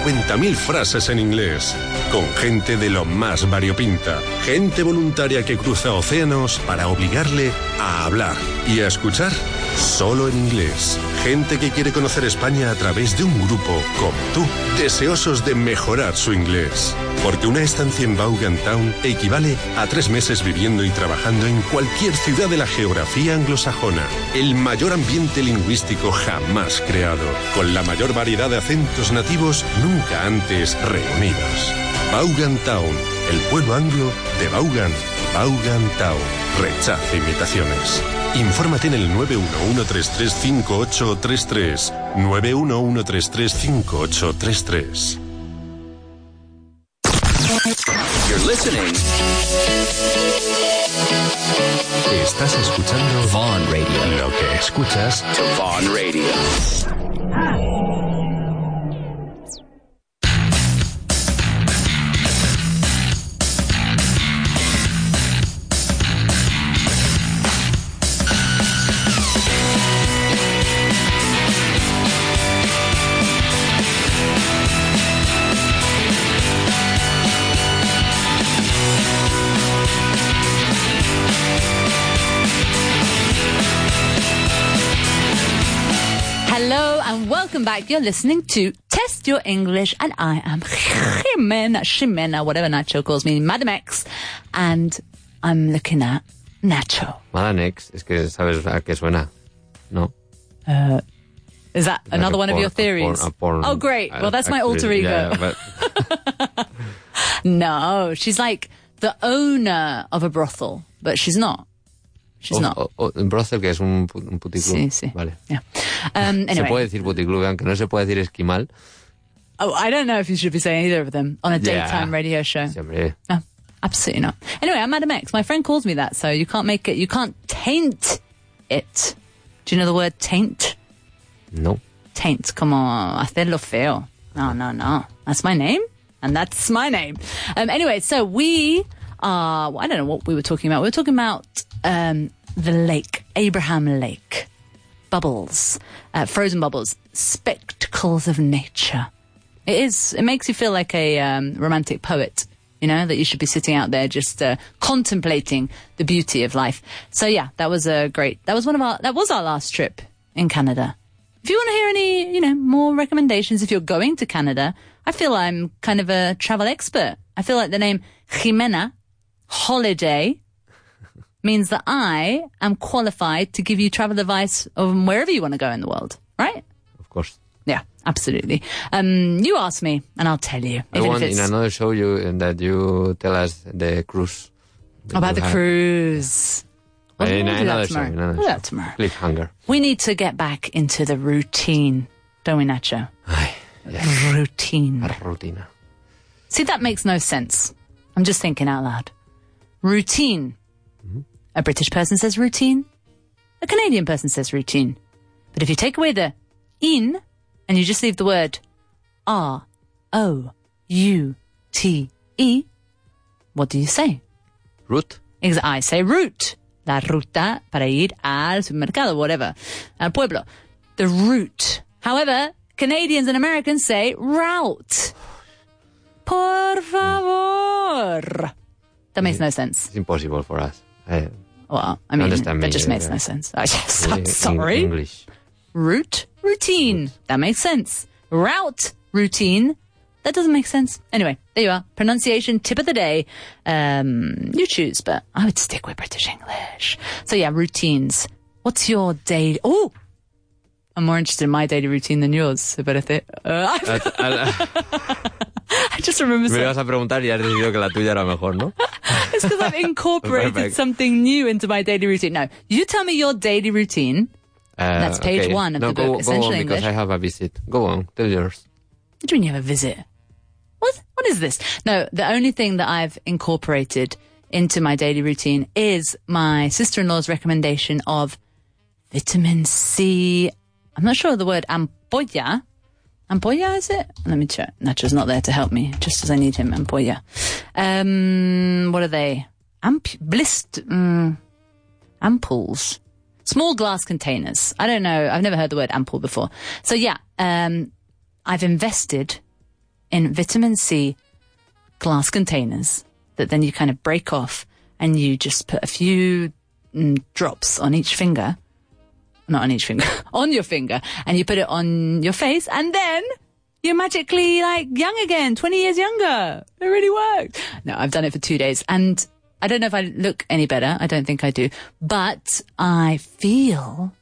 S2: 50.000 frases en inglés, con gente de lo más variopinta, gente voluntaria que cruza océanos para obligarle a hablar y a escuchar solo en inglés. Gente que quiere conocer España a través de un grupo como tú, deseosos de mejorar su inglés. Porque una estancia en Vaughan Town equivale a tres meses viviendo y trabajando en cualquier ciudad de la geografía anglosajona. El mayor ambiente lingüístico jamás creado, con la mayor variedad de acentos nativos nunca antes reunidos. Vaughan Town, el pueblo anglo de Vaughan, Vaughan Town. Rechaza imitaciones. Infórmate en el 911335833. 911335833.
S9: You're listening
S2: Estás escuchando
S9: Vaughn Radio
S2: lo que escuchas
S9: to Vaughn Radio.
S5: Hello and welcome back. You're listening to Test Your English and I am Jimena, Jimena, whatever Nacho calls me, Madam X. And I'm looking at Nacho.
S6: Madame X, es que sabes a qué suena. No.
S5: Is that
S6: Like
S5: another
S6: a
S5: one of
S6: porn-
S5: your
S6: a porn-
S5: theories?
S6: a porn
S5: oh, great.
S6: a-
S5: Well, that's my alter
S6: actress.
S5: ego.
S6: Yeah, but
S5: No, she's like the owner of a brothel, but she's not. She's
S6: o-
S5: not.
S6: o- o- en oh, Brothel, que es un, pu- un puticlub.
S5: Sí, sí.
S6: Vale.
S5: Yeah. Um,
S6: Se puede
S5: anyway,
S6: decir puticlub, aunque no se puede decir esquimal.
S5: oh, I don't know if you should be saying either of them on a
S6: Yeah.
S5: daytime radio show.
S6: Sí, hombre.
S5: No, absolutely not. Anyway, I'm Madam X. My friend calls me that, so you can't make it. You can't taint it. Do you know the word taint?
S6: No.
S5: Taint. Come on, hacerlo feo. No, no, no. That's my name, and that's my name. Um, anyway, so we are. well, I don't know what we were talking about. We were talking about um, the lake, Abraham Lake, bubbles, uh, frozen bubbles, spectacles of nature. It is. It makes you feel like a um, romantic poet, you know, that you should be sitting out there just uh, contemplating the beauty of life. So yeah, that was a great. That was one of our. That was our last trip in Canada. If you want to hear any, you know, more recommendations if you're going to Canada, I feel I'm kind of a travel expert. I feel like the name Jimena
S6: *laughs*
S5: Holiday means that I am qualified to give you travel advice on wherever you want to go in the world, right?
S6: Of course.
S5: Yeah, absolutely. Um, you ask me, and I'll tell you.
S6: I
S5: Even if
S6: want
S5: it's
S6: in another show you and that you tell us the cruise. that
S5: about
S6: you
S5: the
S6: had.
S5: cruise. Well,
S6: in
S5: we'll do
S6: Eh, another
S5: that
S6: show,
S5: tomorrow.
S6: in another
S5: We'll do
S6: show.
S5: that tomorrow.
S6: Cliffhanger.
S5: We need to get back into the routine, don't we,
S6: *sighs*
S5: Nacho? Routine.
S6: La rutina.
S5: See, that makes no sense. I'm just thinking out loud. Routine. A British person says routine. A Canadian person says routine. But if you take away the in and you just leave the word R O U T E, what do you say?
S6: Root.
S5: Ex- I say route. La ruta para ir al supermercado, whatever. Al pueblo. The route. However, Canadians and Americans say route. Por favor. That makes no sense.
S6: It's impossible for us. I,
S5: Well, I mean,
S6: Understand me,
S5: that just
S6: yeah,
S5: makes
S6: yeah.
S5: no sense. I just, *laughs* I'm
S6: in-
S5: sorry.
S6: English.
S5: Route, routine. That makes sense. Route, routine. That doesn't make sense. Anyway, there you are. Pronunciation tip of the day. Um, you choose, but I would stick with British English. So yeah, routines. What's your daily? Oh, I'm more interested in my daily routine than yours. So better think. Uh, *laughs* I, I just
S6: *laughs*
S5: remember.
S6: Me lo
S5: Some,
S6: ibas a preguntar y has decidido que la tuya era mejor, ¿no?
S5: it's because
S6: *laughs*
S5: I've incorporated
S6: Perfect.
S5: something new into my daily routine. No, you tell me your daily routine.
S6: Uh,
S5: That's page
S6: okay.
S5: one of
S6: no,
S5: the
S6: go,
S5: book,
S6: Go on,
S5: Essential
S6: because
S5: English.
S6: I have a visit. Go on, tell yours.
S5: What do you mean you have a visit? What? What is this? No, the only thing that I've incorporated into my daily routine is my sister-in-law's recommendation of vitamin C. I'm not sure of the word ampolla. Ampolla is it? Let me check. Nacho's not there to help me, just as I need him. Ampolla. Um, what are they? Amp blist mm, ampules. Small glass containers. I don't know. I've never heard the word ampoule before. So yeah, um, I've invested in vitamin C glass containers that then you kind of break off and you just put a few mm, drops on each finger. Not on each finger, *laughs* on your finger, and you put it on your face, and then you're magically like young again, 20 years younger. It really worked. No, I've done it for two days, and I don't know if I look any better. I don't think I do, but I feel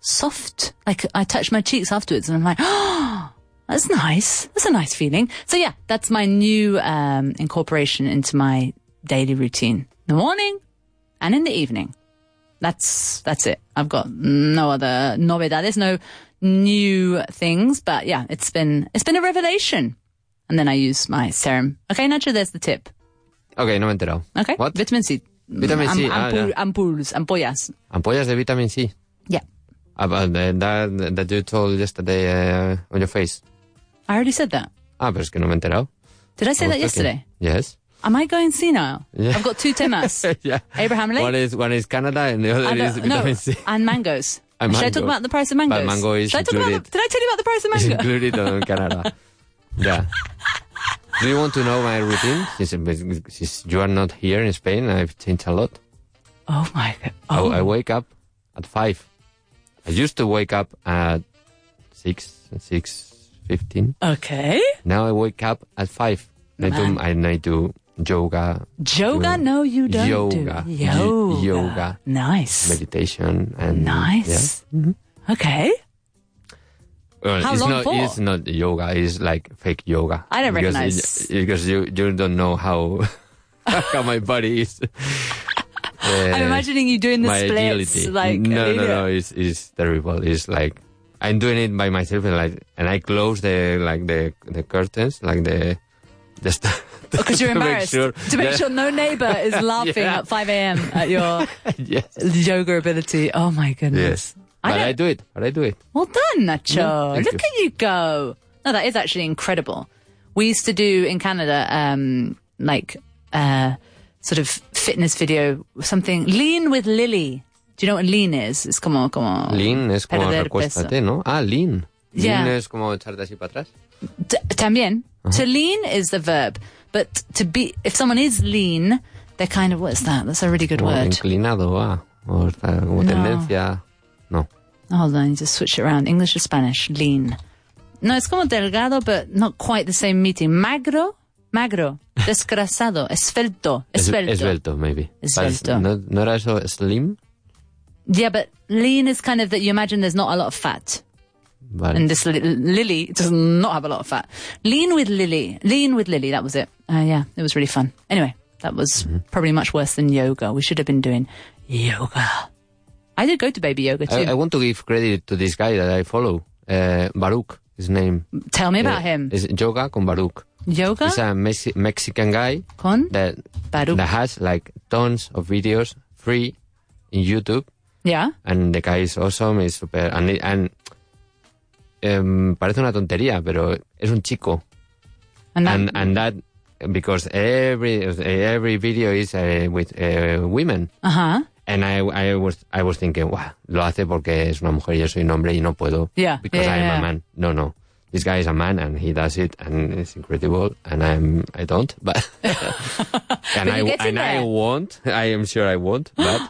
S5: soft. Like I touch my cheeks afterwards, and I'm like, *gasps* that's nice. That's a nice feeling. So yeah, that's my new um, incorporation into my daily routine. In the morning, and in the evening. That's that's it. I've got no other novedades, no new things, but yeah, it's been it's been a revelation. And then I use my serum. Okay, Nacho, there's the tip.
S10: Ok, no me he enterado.
S5: Okay,
S10: What?
S5: vitamin C.
S10: Vitamin C, ah,
S5: ampul-
S10: yeah.
S5: ampoules, ampollas.
S10: Ampollas de vitamin C. Ah,
S5: Yeah,
S10: About the- that, that you told yesterday uh, on your face.
S5: I already said that.
S10: Ah, pero es que no me he enterado.
S5: Did I say
S10: I was
S5: that yesterday?
S10: talking. *laughs* Yes.
S5: Am I going senile?
S10: Yeah.
S5: I've got two
S10: *laughs*
S5: temas.
S10: yeah.
S5: Abraham
S10: One
S5: Lincoln.
S10: is, one is Canada and the other
S5: I
S10: is
S5: don't- Ah, no, *laughs*
S10: vitamin C.
S5: and mangoes.
S10: And
S5: Should I talk
S10: mangoes.
S5: about the price of mangoes?
S10: But mango is
S5: Should I talk about
S10: included.
S5: the, did I tell you about the price of
S10: It's *laughs*
S5: mango?
S10: included on Canada. Yeah. Do you want to know my routine? Since, since you are not here in Spain, I've changed a lot.
S5: Oh my god.
S10: I-
S5: Oh,
S10: I, wake up at five. I used to wake up at six, six fifteen.
S5: okay.
S10: Now I wake up at five. And I do,
S5: Man.
S10: and I do yoga,
S5: Ah. Yoga?
S10: Do-
S5: No, you don't
S10: Mm. Yoga.
S5: do.
S10: Y-
S5: Yoga.
S10: yoga.
S5: Nice.
S10: meditation, and yeah. Mm-hmm.
S5: Nice. Okay.
S10: Well,
S5: How
S10: it's
S5: long
S10: not,
S5: for?
S10: It's not yoga. It's like fake yoga.
S5: I don't
S10: because
S5: recognize-
S10: it- because you you don't
S5: *laughs*
S10: know how how my body is.
S5: I'm imagining you doing the
S10: my
S5: splits.
S10: agility.
S5: Like
S10: no, no,
S5: yeah.
S10: no. It's it's terrible. It's like I'm doing it by myself, and like and I close the like the the curtains, like the just *laughs*
S5: Because you're
S10: to make
S5: embarrassed.
S10: sure-
S5: to make
S10: Yeah.
S5: sure no neighbor is laughing
S10: *laughs* Yeah.
S5: at 5 a.m. at your
S10: *laughs* yes.
S5: yoga ability. Oh my goodness.
S10: Yes.
S5: I
S10: but
S5: don't-
S10: I do it. But I do it. Mm-hmm.
S5: Well done, Nacho.
S10: thank
S5: Look
S10: you.
S5: at you go. No, that is actually incredible. We used to do in Canada, um, like, uh, sort of fitness video, something lean with Lily. Do you know what lean is? It's como, como.
S10: Lean es como
S5: perder
S10: recuéstate, ¿no? Ah, lean.
S5: Yeah.
S10: Lean es como echarte así para atrás.
S5: T- también.
S10: Uh-huh.
S5: To lean is the verb, but to be, if someone is lean, they're kind of, what's that? That's a really good
S10: Como
S5: word.
S10: inclinado a. O está como
S5: No.
S10: tendencia. No.
S5: Hold on, you just switch it around. English or Spanish? Lean. No, it's como delgado, but not quite the same meaning. Magro,
S10: *laughs*
S5: magro, desgrasado, esbelto,
S10: Es-
S5: esbelto.
S10: Esbelto, maybe. But
S5: Esbelto.
S10: No, ¿No era eso slim?
S5: Yeah, but lean is kind of that you imagine there's not a lot of fat.
S10: Vale.
S5: And this li- Lily does not have a lot of fat. Lean with Lily. Lean with Lily, that was it. Uh, yeah, it was really fun. Anyway, that was
S10: Mm-hmm.
S5: probably much worse than yoga. We should have been doing yoga. I did go to baby yoga too.
S10: I, I want to give credit to this guy that I follow. Uh, Baruch, his name.
S5: Tell me about
S10: Uh,
S5: him.
S10: Is yoga con Baruch.
S5: Yoga
S10: He's a Mexi- Mexican guy
S5: con
S10: that,
S5: Baruch.
S10: that has like tons of videos free in YouTube.
S5: Yeah.
S10: And the guy is awesome, is super. And, and em, parece una tontería, pero es un chico.
S5: And that,
S10: and and that because every every video is uh,
S6: eh,
S10: with uh, women
S5: uh huh.
S10: and I, I was I was thinking wow lo hace porque es una mujer yo soy un hombre y no puedo
S5: Yeah,
S10: because
S5: yeah,
S10: I am
S5: yeah.
S10: a man no no this guy is a man and he does it and it's incredible and I'm I don't
S5: *laughs*
S10: but and I
S5: you get in
S10: and I
S5: there.
S10: won't I am sure I won't but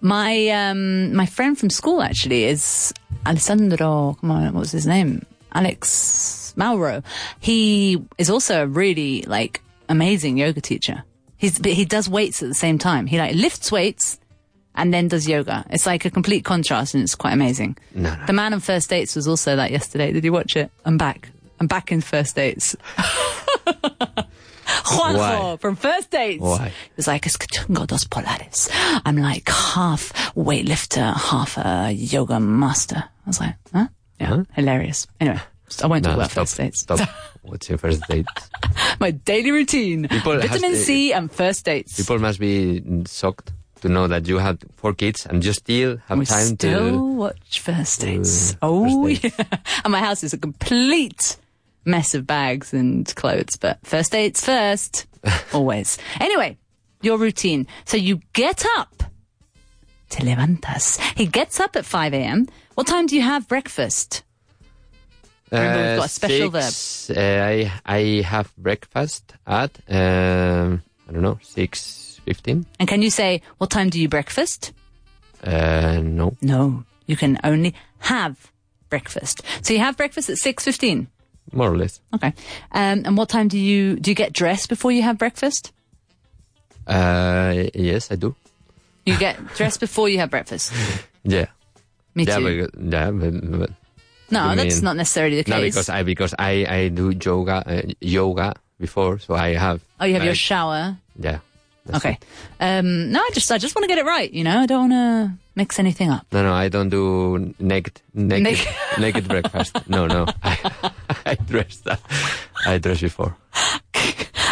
S5: My um my friend from school actually is Alessandro. Come on, what was his name? Alex Malro. He is also a really like amazing yoga teacher. He's but he does weights at the same time. He like lifts weights and then does yoga. It's like a complete contrast, and it's quite amazing.
S10: No, no.
S5: The man on first dates was also that yesterday. Did you watch it? I'm back. I'm back in first dates. *laughs* Juanjo
S10: Why?
S5: from first dates.
S10: Why?
S5: It was like, es que tengo dos polares. I'm like half weightlifter, half a yoga master. I was like, huh? Yeah, hilarious. Anyway, just- *gasps* I won't talk
S10: no
S5: about
S10: stop
S5: first dates. *laughs*
S10: stop watching first dates
S5: My daily routine,
S10: People has-
S5: vitamin C and first dates.
S10: people must be shocked to know that you had four kids and you still have
S5: we
S10: time
S5: still
S10: to
S5: watch first dates.
S10: Uh,
S5: oh
S10: first dates.
S5: *laughs* yeah, and my house is a complete mess of bags and clothes. But first dates
S10: *laughs*
S5: first, always. Anyway, your routine. So you get up. Te levantas. He gets up at five a.m. What time do you have breakfast? Remember, we've got a special
S10: Uh, six, Uh, I I have breakfast at um, I don't know six fifteen.
S5: And can you say what time do you breakfast?
S10: Uh, no,
S5: No, you can only have breakfast. So you have breakfast at six fifteen.
S10: more or less.
S5: Okay. Um, and what time do you do you get dressed before you have breakfast?
S10: Uh, yes, I do.
S5: You get
S10: *laughs*
S5: dressed before you have breakfast.
S10: Yeah,
S5: Me
S10: yeah,
S5: too.
S10: but, yeah, but, but,
S5: no,
S10: you
S5: that's
S10: mean-
S5: not necessarily the case.
S10: no, because I because I I do yoga uh, yoga before, so I have.
S5: oh, you have your
S10: like,
S5: shower.
S10: yeah. That's
S5: okay.
S10: it.
S5: Um, no, I just I just want to get it right. You know, I don't want to mix anything up. *laughs*
S10: No, no, I don't do naked naked
S5: Naked.
S10: *laughs* naked breakfast. No, no, I, *laughs* I dress that. I dress before.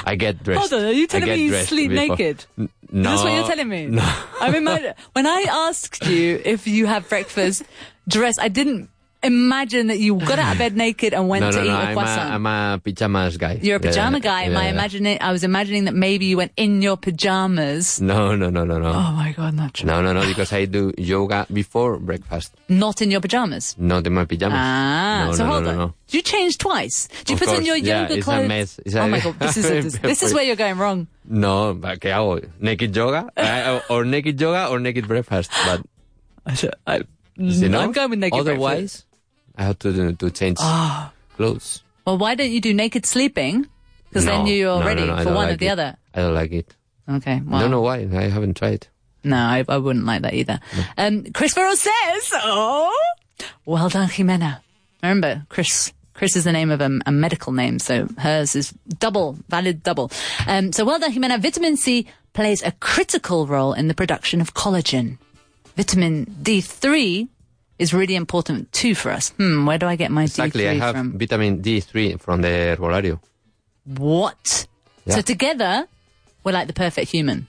S10: I get dressed.
S5: Hold on, are you
S10: I
S5: telling
S10: get
S5: me you
S10: dressed
S5: sleep
S10: before.
S5: naked?
S10: N- No.
S5: Is this what you're telling me?
S10: *laughs* No.
S5: I remember when I asked you if you have
S10: *laughs*
S5: breakfast dress, I didn't imagine that you got out of bed naked and went
S10: no,
S5: to
S10: no,
S5: eat
S10: no.
S5: a
S10: I'm a,
S5: croissant.
S10: I'm a pajamas guy.
S5: you're a
S10: Yeah,
S5: pajama guy. and
S10: yeah,
S5: I
S10: yeah.
S5: imagine I was imagining that maybe you went in your pajamas.
S10: No, no, no, no, no.
S5: Oh my god, not true.
S10: No, no, no, because I do yoga before breakfast,
S5: Not in your pajamas.
S10: not in my pajamas.
S5: Ah,
S10: no,
S5: so
S10: no,
S5: hold
S10: no,
S5: on.
S10: no, no.
S5: Did you change twice? Did you
S10: Of
S5: put on
S10: course,
S5: your
S10: yeah,
S5: yoga
S10: it's a
S5: clothes?
S10: mess. It's
S5: oh
S10: a-
S5: my god,
S10: *laughs*
S5: this is a, dis- this is where you're going wrong.
S10: No, but ¿qué hago? ¿Naked
S5: *laughs*
S10: yoga? I- or naked yoga or naked breakfast. But,
S5: I,
S10: you know,
S5: am going with naked. breakfast. Ah.
S10: Otherwise, I have to, do- to change clothes.
S5: Well, why don't you do naked sleeping? Because then
S10: No,
S5: you're
S10: no, no,
S5: ready
S10: no, I
S5: for
S10: don't
S5: one
S10: like
S5: or the
S10: it.
S5: other.
S10: I don't like it.
S5: Okay. Well,
S10: I don't know why. I haven't tried.
S5: No, I, I wouldn't like that either. Um, Chris Farrell says, oh, well done, Jimena. Remember, Chris. Chris is the name of um, a medical name, so hers is double, valid double. Um, so well done, Jimena. Vitamin C plays a critical role in the production of collagen. Vitamin D3 is really important too for us. Hmm, where do I get my
S10: Exactly.
S5: D3
S10: I have
S5: from?
S10: vitamin D3 from the Herbolario.
S5: What?
S10: Yeah.
S5: So together, we're like the perfect human.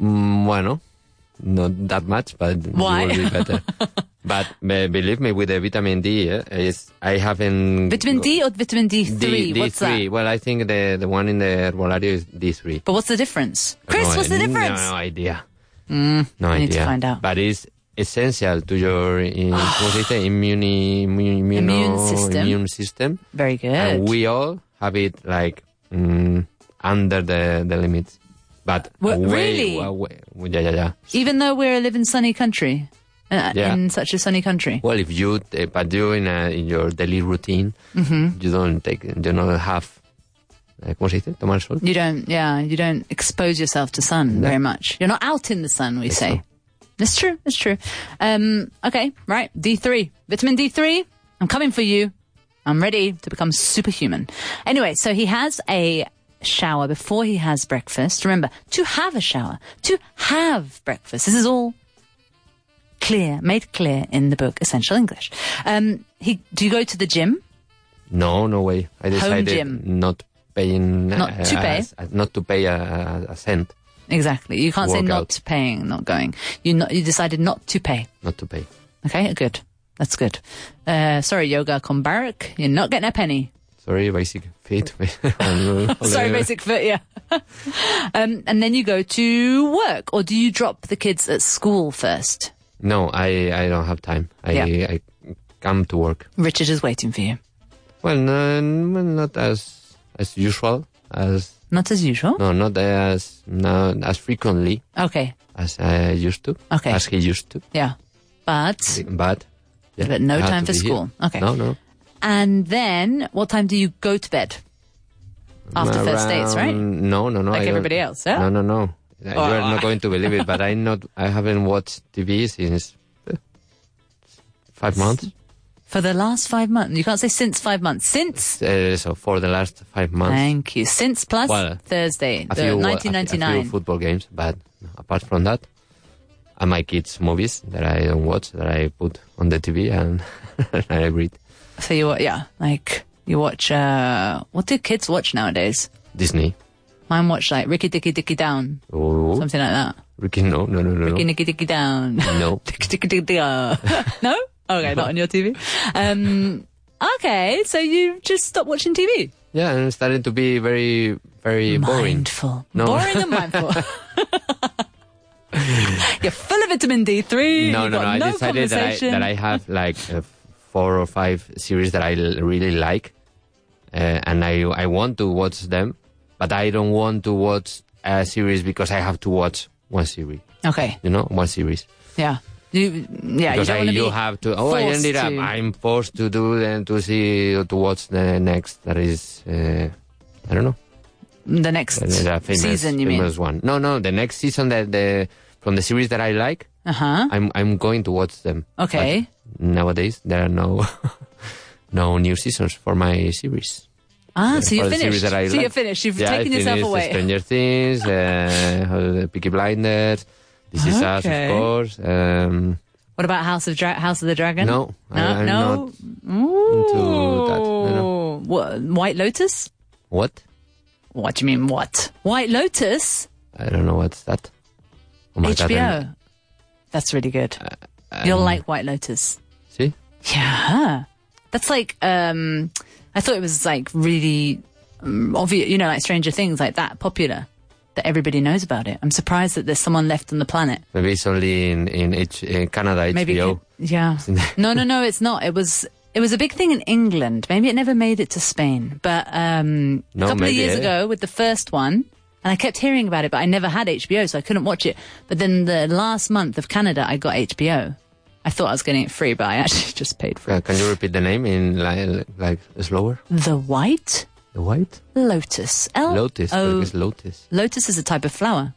S10: Mm, bueno, not that much, but
S5: Why?
S10: it will
S5: *laughs*
S10: be better. but eh, believe me, with the vitamin D, eh, is I haven't
S5: Vitamin D or vitamin D3?
S10: D, D3.
S5: What's that?
S10: Well, I think the, the one in the Herbolario is D3.
S5: But what's the difference? Chris,
S10: No,
S5: what's the
S10: no
S5: difference?
S10: idea. no
S5: I
S10: idea.
S5: Mm, need to find out.
S10: But it's essential to your
S5: *sighs*
S10: in, what is it, immune, immune, immuno-
S5: Immune system.
S10: immune system.
S5: Very good.
S10: And we all have it like mm, under the, the limits. But
S5: Wha-
S10: way,
S5: really?
S10: wa- way- yeah, yeah, yeah.
S5: Even though we're live in sunny country, uh,
S10: Yeah.
S5: in such a sunny country.
S10: Well, if you, uh, but you in, a, in your daily routine,
S5: Mm-hmm.
S10: you don't take, you don't have, eh, ¿cómo se dice? Tomar sol.
S5: You don't, yeah, you don't expose yourself to sun very much. You're not out in the sun, we say. It's true. It's true. Um, okay, right. D3, vitamin D3. I'm coming for you. I'm ready to become superhuman. Anyway, so he has a shower before he has breakfast. Remember to have a shower, to have breakfast. This is all clear, made clear in the book Essential English. Um, he, do you go to the gym?
S10: No, no way. I decided
S5: gym.
S10: not paying,
S5: Not to pay?
S10: a- a- not to pay a- a, a cent,
S5: Exactly. You can't say not
S10: Workout.
S5: paying, not going. You not, you decided not to pay.
S10: not to pay.
S5: Okay, good. That's good. Uh, sorry, Yoga Kombarak, you're not getting a penny. *laughs*
S10: Sorry, basic fit.
S5: Sorry, basic fit, yeah. *laughs* um, and then you go to work, or do you drop the kids at school first?
S10: *laughs* No, I, I don't have time. I,
S5: Yeah.
S10: I come to work.
S5: Richard is waiting for you.
S10: Well, no, well, not as as usual as
S5: Not as usual.
S10: no, not as no, as frequently
S5: Okay,
S10: as I used to.
S5: Okay.
S10: As he used to,
S5: yeah. But,
S10: but. yeah,
S5: But no
S10: I have
S5: time for
S10: to be here.
S5: school. Okay.
S10: No, no.
S5: and then what time do you go to bed? After first dates,
S10: Around-
S5: right?
S10: No, no, no.
S5: Like
S10: I don't-
S5: everybody else, yeah? Oh.
S10: No, no, no. You are not going to believe it, but I not. I haven't watched TV since eh, five months.
S5: For the last five months. You can't say since five months. Since.
S10: Uh, so for the last five months,
S5: Thank you. Since plus
S10: Well,
S5: Thursday,
S10: a
S5: the
S10: few, uh, a few- a
S5: 1999.
S10: few football games, but apart from that, and my kids' movies that I don't watch that I put on the TV and, *laughs* and I read
S5: So you, yeah, like you watch. uh What do kids watch nowadays?
S10: Disney.
S5: Mine watch like Ricky Dicky Dicky Down,
S10: Oh,
S5: something like that.
S10: Ricky, no, no, no, no,
S5: Ricky
S10: no.
S5: Dicky Dicky
S10: *laughs*
S5: Down.
S10: No.
S5: Dicky Dicky Dicky Down. *laughs* No. Okay, not on your TV. Um, okay, so you just stop watching TV.
S10: Yeah, and it's starting to be very, very boring.
S5: Mindful.
S10: No.
S5: Boring and
S10: *laughs*
S5: mindful. You're full of vitamin D3.
S10: No,
S5: you've
S10: no, no.
S5: got
S10: I decided that I,
S5: conversation.
S10: that I have like uh, four or five series that I l- really like, uh, and I I want to watch them, but I don't want to watch a series because I have to watch one series.
S5: Okay,
S10: You know, one series.
S5: yeah. You, yeah,
S10: because
S5: you
S10: I,
S5: don't wanna
S10: you
S5: be
S10: have to. Oh, I
S5: forced
S10: ended up.
S5: to-
S10: I'm forced to do then to see to watch the next. That is, uh, I don't know.
S5: the next
S10: The, the famous,
S5: season, you mean?
S10: famous one. No, no. The next season that the from the series that I like,
S5: Uh huh.
S10: I'm I'm going to watch them.
S5: Okay.
S10: *laughs* But nowadays there are no no new seasons for my series.
S5: Ah, so
S10: for
S5: you're
S10: the
S5: finished.
S10: series that I
S5: So you're
S10: like.
S5: finished. You've
S10: yeah,
S5: taken
S10: I
S5: yourself
S10: finished
S5: away.
S10: Stranger Things, uh, *laughs* how the Peaky Blinders, This Is Us, of
S5: Okay.
S10: course. Um,
S5: What about House of Dra- House of the Dragon?
S10: No, I-
S5: no,
S10: I'm
S5: no.
S10: that. No, no.
S5: Ooh. Wha- White Lotus.
S10: what?
S5: What do you mean? What White Lotus?
S10: I don't know what's that. Oh my God,
S5: HBO.
S10: I'm-
S5: That's really good. You'll like White Lotus.
S10: Uh, um, See?
S5: Yeah. That's like, um, I thought it was like really um, obvious, you know, like Stranger Things, like that popular that everybody knows about it. I'm surprised that there's someone left on the planet.
S10: Maybe it's only in, in, H, in Canada,
S5: Maybe. it
S10: HBO.
S5: could-
S10: *laughs*
S5: yeah. No, no, no, it's not. It was. It was a big thing in England. Maybe it never made it to Spain, but um,
S10: No,
S5: a couple of
S10: maybe,
S5: years
S10: eh?
S5: ago with the first one, and I kept hearing about it, but I never had HBO, so I couldn't watch it. But then the last month of Canada, I got HBO. I thought I was getting it free, but I actually *laughs* just paid for it.
S10: Uh, Can you repeat the name in like, like slower?
S5: The White
S10: The white?
S5: Lotus. L-
S10: Lotus.
S5: O-
S10: creo que es lotus.
S5: lotus is a type of flower.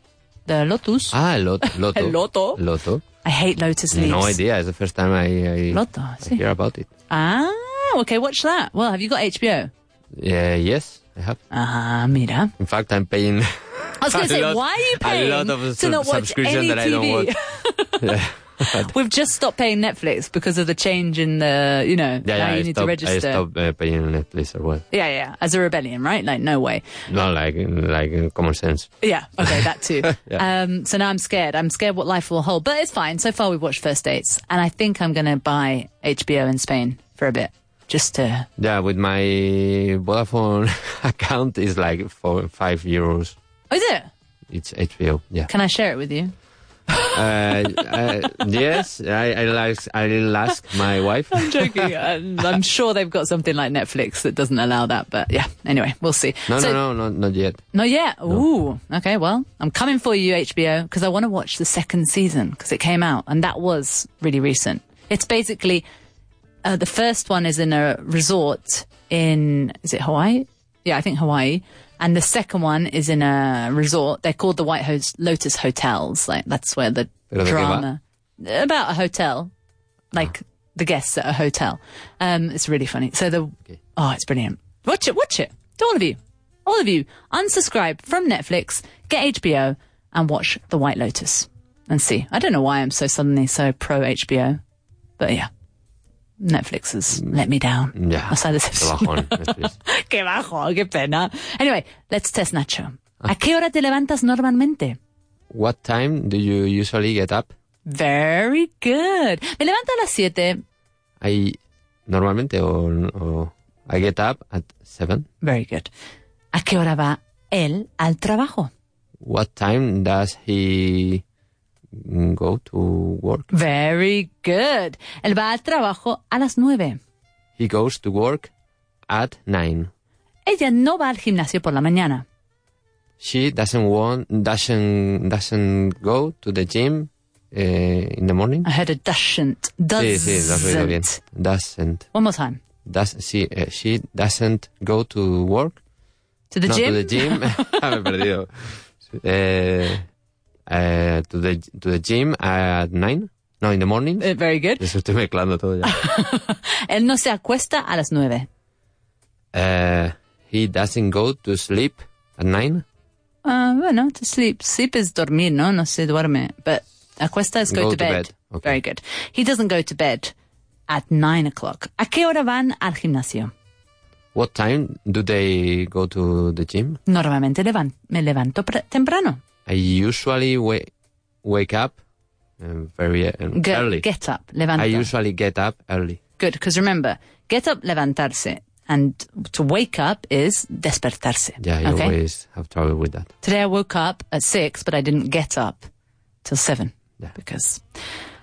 S5: The lotus.
S10: Ah, lot, *laughs* loto.
S5: loto.
S10: Loto.
S5: I hate lotus leaves.
S10: No idea. It's the first time I, I,
S5: Loto,
S10: I
S5: sí.
S10: hear about it.
S5: Ah, okay. Watch that. Well, have you got HBO?
S10: Yeah, uh, yes, I have.
S5: Ah, mira.
S10: In fact, I'm paying. *laughs*
S5: I was going
S10: a
S5: to say,
S10: lot-
S5: why are you
S10: a
S5: paying
S10: lot of
S5: to
S10: sub-
S5: not watch
S10: subscription
S5: any
S10: that I don't
S5: TV?
S10: watch. yeah, *laughs*
S5: *laughs* We've just stopped paying Netflix because of the change in the, you know,
S10: yeah,
S5: now
S10: yeah,
S5: Ah, you
S10: I
S5: need
S10: stopped,
S5: to register.
S10: I stopped uh, paying Netflix as well.
S5: Yeah, yeah, as a rebellion, right? Like, no way.
S10: No, like like uh, common sense.
S5: Yeah, okay, that
S10: *laughs*
S5: too. um, so now I'm scared. I'm scared what life will hold, but it's fine. So far, we've watched First Dates, and I think I'm going to buy HBO in Spain for a bit just to.
S10: Yeah, with my Vodafone *laughs* account is like four five euros.
S5: Oh, is it?
S10: It's HBO. Yeah.
S5: Can I share it with you?
S10: uh, uh, yes, I I'll ask, I'll ask my wife.
S5: Joking. I'm, I'm sure they've got something like Netflix that doesn't allow that, but yeah, anyway, we'll see.
S10: No,
S5: So-
S10: no, no, no, not yet.
S5: Not yet. Ooh. Okay. Well, I'm coming for you, HBO, because I want to watch the second season because it came out and that was really recent. It's basically uh, the first one is in a resort in is it Hawaii? Yeah, I think Hawaii. And the second one is in a resort. They're called the White Ho- Lotus Hotels. Like that's where the
S10: Pero de qué va?
S5: drama about a hotel, like the guests at a hotel. Um, it's really funny. So the oh, it's brilliant. Watch it, watch it. To all of you, all of you, unsubscribe from Netflix, get HBO, and watch The White Lotus and see. I don't know why I'm so suddenly so pro HBO, but yeah, Netflix has let me down.
S10: Yeah.
S5: I'll say this.
S10: Bajón, Netflix.
S5: *laughs* qué bajo, qué pena. Anyway, let's test Nacho. ¿A qué hora te levantas normalmente?
S10: What time do you usually get up?
S5: Very good. Me levanto a las 7.
S10: I normalmente or, or I get up at seven.
S5: Very good. ¿A qué hora va él al trabajo?
S10: What time does he go to work?
S5: Very good. Él va al trabajo a las 9.
S10: He goes to work at nine.
S5: Ella no va al gimnasio por la mañana.
S10: She doesn't want doesn't doesn't go to the gym uh, in the morning.
S5: I heard a doesn't.
S10: Sí, sí, lo has oído bien.
S5: Doesn't.
S10: Doesn't.
S5: One more time.
S10: Does she, eh, she doesn't go to work?
S5: To the
S10: no,
S5: gym.
S10: to the
S5: *laughs*
S10: gym. *laughs* Me he perdido. Eh, eh, to, the, to the gym at nine. No, in
S5: *laughs*
S10: the morning.
S5: Eh, very good.
S10: Eso estoy mezclando todo ya.
S5: Él no se acuesta a las 9.
S10: Eh, he doesn't go to sleep at nine.
S5: Ah, bueno, to sleep. Sleep is dormir, ¿no? No se duerme. But acuesta is go, to, bed.
S10: Okay.
S5: Very good. He doesn't go to bed at 9 o'clock. ¿A qué hora van al gimnasio?
S10: What time do they go to the gym?
S5: Normalmente levan- me levanto pre- temprano.
S10: I usually wa- wake up um, very eh, um,
S5: Get,
S10: early.
S5: get up,
S10: I
S5: levantar.
S10: usually get up early.
S5: Good, because remember, get up, levantarse. And to wake up is despertarse.
S10: Yeah, I
S5: okay?
S10: always have trouble with that.
S5: Today I woke up at six, but I didn't get up till seven
S10: Yeah.
S5: because,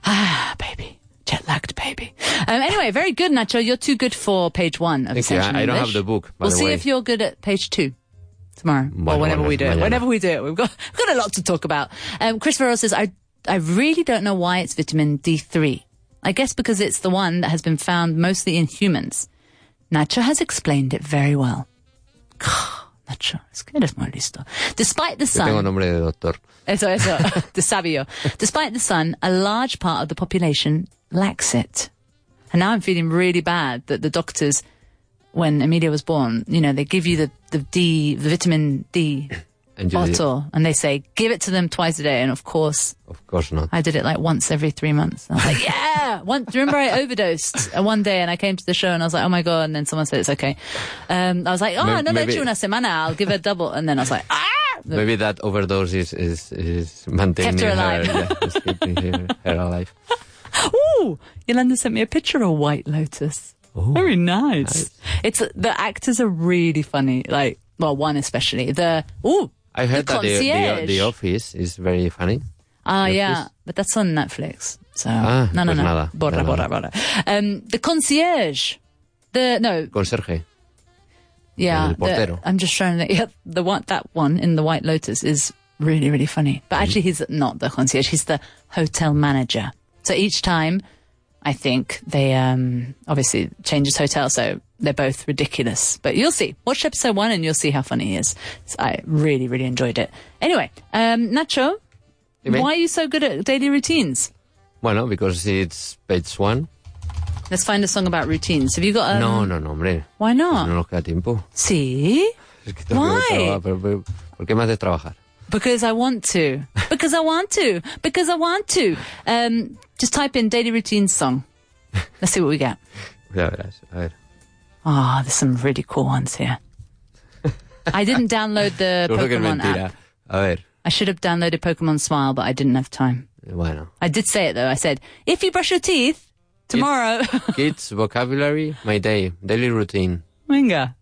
S5: ah, baby, jet lagged baby. Um, anyway, very good, Nacho. You're too good for page one of
S10: Thank you.
S5: Essential
S10: I- I don't
S5: English.
S10: have the book, by
S5: We'll
S10: the
S5: see
S10: way.
S5: if you're good at page two tomorrow or
S10: Bueno,
S5: whenever
S10: bueno,
S5: we do it.
S10: mañana.
S5: Whenever we do it, we've got, we've got a lot to talk about. Um, Chris Ferrell says, I, I really don't know why it's vitamin D3. I guess because it's the one that has been found mostly in humans. Nacho has explained it very well. *sighs* Nacho, es que eres muy listo. Despite the
S10: Yo tengo
S5: sun,
S10: nombre de doctor.
S5: *laughs* Eso,
S10: *laughs*
S5: eso. the sabio. Despite the sun, a large part of the population lacks it. And now I'm feeling really bad that the doctors when Amelia was born, you know, they give you the, the D, the vitamin D
S6: And you did-
S5: bottle and they say, give it to them twice a day. And of course,
S6: Of course not.
S5: I did it like once every three months. I was like, yeah. One, do you remember I overdosed uh, one day and I came to the show and I was like, oh my God. And then someone said, it's okay. Um, I was like, oh,
S6: May-
S5: no, no,
S6: maybe-
S5: hecho una semana. I'll give her double. And then I was like, ah,
S6: Maybe that overdose is is, is maintaining
S5: Kept her alive.
S6: yeah, is keeping her, her alive.
S5: ooh, Yolanda sent me a picture of White Lotus. Very nice. It's, the actors are really funny. Like, well, one especially. The, ooh.
S6: I heard
S5: the
S6: that the, the
S5: concierge.
S6: the office is very funny.
S5: Ah,
S6: Netflix?
S5: yeah, but that's on Netflix. So
S6: Ah,
S5: no, no,
S6: pues
S5: no,
S6: nada,
S5: borra,
S6: nada.
S5: borra, borra. Um, the concierge, the no,
S6: Conserje.
S5: yeah,
S6: el
S5: the-
S6: portero.
S5: I'm just showing that. *laughs* Yeah, the one that one in the White Lotus is really, really funny.
S6: Mm-hmm.
S5: But actually, he's not the concierge; he's the hotel manager. So each time, I think they um obviously changes hotel, so they're both ridiculous. But you'll see. Watch episode one, and you'll see how funny he is. So I really, really enjoyed it. Anyway, um, Nacho,
S6: Dime.
S5: why are you so good at daily routines?
S6: Bueno, because it's page one.
S5: Let's find a song about routines. Have you got a.
S6: no, no, no, hombre.
S5: Why not?
S6: No nos queda tiempo.
S5: See?
S6: Ah. Es que tengo que
S5: Why?
S6: trabajar, pero- pero- ¿Por qué me haces trabajar?
S5: Because I want to. Because I want to. Because I want to. Um, just type in daily routines song. Let's see what we get.
S6: Ya verás. A ver.
S5: Ah, there's some really cool ones here. I didn't download the
S6: Seguro que es
S5: Pokemon
S6: mentira.
S5: app.
S6: A ver.
S5: I should have downloaded Pokemon Smile, but I didn't have time.
S6: Bueno.
S5: I did say it though. I said, if you brush your teeth tomorrow. *laughs*
S6: Kids, vocabulary, my day, daily routine.
S5: Venga.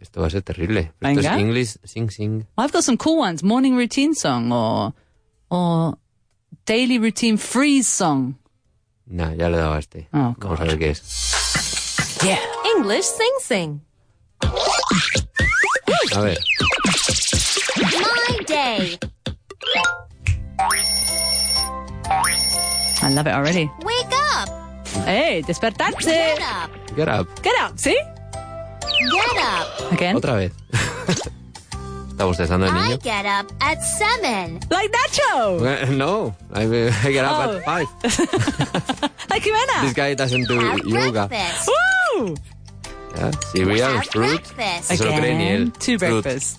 S6: Esto va a ser terrible. Esto
S5: Venga.
S6: es English, sing, sing.
S5: Well, I've got some cool ones. Morning routine song or or daily routine freeze song.
S6: Nah, ya le he dado a este.
S5: Oh,
S6: Vamos a ver qué es.
S5: Yeah.
S11: English Sing Sing.
S6: A ver.
S7: My day.
S5: I love it already.
S7: Wake up.
S5: Hey, despertarse.
S7: Get up.
S6: Get up.
S5: Get out, see?
S7: Get up.
S5: Again.
S6: Otra *laughs* vez. ¿Está bostezando el
S7: I
S6: niño?
S7: get up at seven.
S5: Like Nacho.
S6: Eh, No, I, *laughs* I get up
S5: Oh.
S6: at five.
S5: Like
S6: This
S5: Jimena.
S6: guy doesn't do
S7: Have
S6: yoga.
S7: breakfast.
S5: Woo!
S6: Yeah, cereal,
S7: Have
S6: fruit.
S7: breakfast.
S6: Se lo cree ni él.
S5: Two
S6: Fruit.
S5: breakfasts.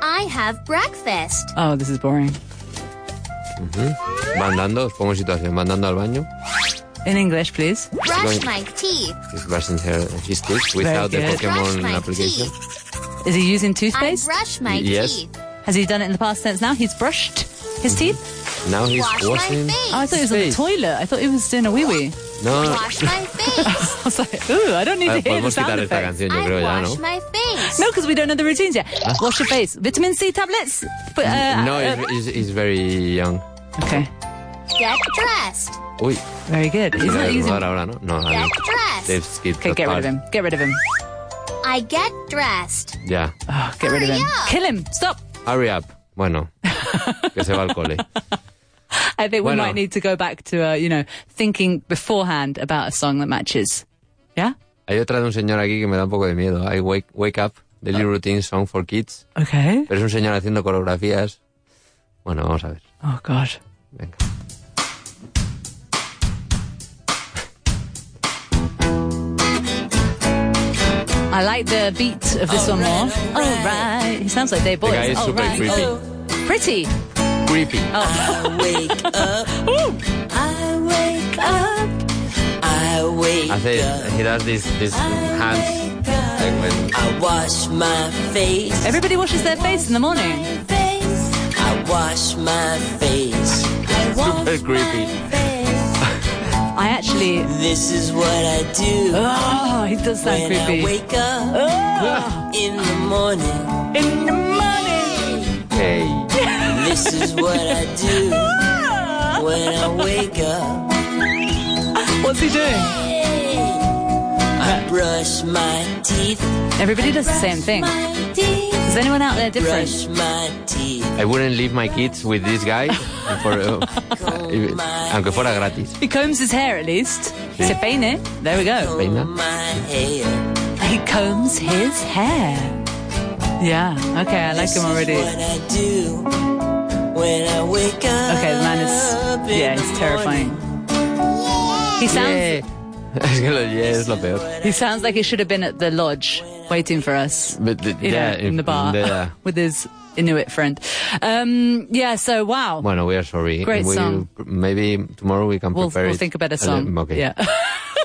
S7: I have breakfast.
S5: Oh, this is boring.
S6: Van dando, os pongo en situación, van dando al baño.
S5: In English, please.
S7: Brush
S6: going-
S7: my teeth.
S6: He's brushing her, his teeth without the
S5: good.
S7: Brush
S6: Pokemon
S7: my
S6: application.
S7: teeth.
S5: Is he using
S7: I
S5: toothpaste?
S7: brush my
S6: Yes.
S7: teeth.
S5: Has he done it in the past tense now? He's brushed his teeth?
S6: Now he's
S7: Wash
S6: washing.
S7: my
S5: Oh, I
S7: face.
S5: thought he was on the
S6: Face.
S5: toilet. I thought he was doing a wee wee.
S6: No, no,
S7: Wash
S6: *laughs*
S7: my face.
S5: *laughs* I was like, ooh, I don't need to
S6: eh,
S5: hear the
S6: *laughs* podemos quitar
S5: sound
S6: esta
S5: effects.
S6: canción, yo
S7: I
S6: creo ya, ¿no?
S7: wash my face.
S5: No, because we don't know the routines yet. Wash your face. Vitamin C tablets. But, uh,
S6: No,
S5: uh,
S6: he's, he's, he's very young.
S5: okay.
S7: Get dressed.
S6: Uy,
S5: Very good. He's
S6: no
S5: not
S6: es
S5: using.
S6: rodar ahora, ¿no? No,
S7: Get
S6: ahí. They've
S7: dressed.
S6: skipped
S5: Okay,
S6: that
S5: get rid
S6: part.
S5: of him. Get rid of him.
S7: I get dressed.
S6: Ya.
S5: Oh, get rid of him.
S7: up.
S5: Kill him. Stop.
S6: Hurry up. Bueno, que se va al cole.
S5: I think we
S6: Bueno.
S5: might need to go back to, uh, you know, thinking beforehand about a song that matches. Yeah?
S6: Hay otra de un señor aquí que me da un poco de miedo. I wake, wake up, daily routine song for *laughs* kids.
S5: Okay.
S6: Pero es un señor haciendo coreografías. Bueno, vamos a ver.
S5: Oh, God.
S6: Venga.
S5: I like the beat of this one more. All right. He sounds like they boys.
S6: guy is
S5: All
S6: super
S5: right.
S6: creepy.
S5: Oh. Pretty.
S6: Creepy. Hace, he does this, this hands. Like when-
S10: I wash my face,
S5: Everybody washes their face in the morning.
S10: I wash my face.
S6: super creepy.
S5: I actually.
S10: This is what I do
S5: Oh, he does sound
S10: when I
S5: creepy.
S10: wake up in the morning.
S5: In the morning.
S6: Hey.
S10: This is what I do when I wake up.
S5: What's he doing?
S10: I brush my teeth,
S5: Everybody does the same thing. Is anyone out there different?
S10: brush my teeth,
S6: I wouldn't leave my kids with this guy. for, uh, eh, aunque fuera gratis.
S5: He combs his hair at least. Se peine. There we go.
S6: Peina.
S10: my hair.
S5: He combs his hair. Yeah. Okay, I like him already.
S10: What I do when I wake up.
S5: Okay, the man is.
S10: in
S5: Yeah,
S10: the
S5: he's terrifying. He sounds.
S6: es que lo ye es lo peor.
S5: He sounds like he should have been at the lodge waiting for us.
S6: But the-
S5: you know,
S6: yeah,
S5: in the bar
S6: yeah.
S5: *laughs* with his Inuit friend. Um, yeah, so wow.
S6: Bueno, we are sorry.
S5: Great
S6: we,
S5: song.
S6: Maybe tomorrow we can
S5: We'll,
S6: prepare
S5: we'll
S6: it
S5: think a better
S6: little-
S5: song.
S6: okay.
S5: Yeah.
S6: *laughs*
S5: *laughs*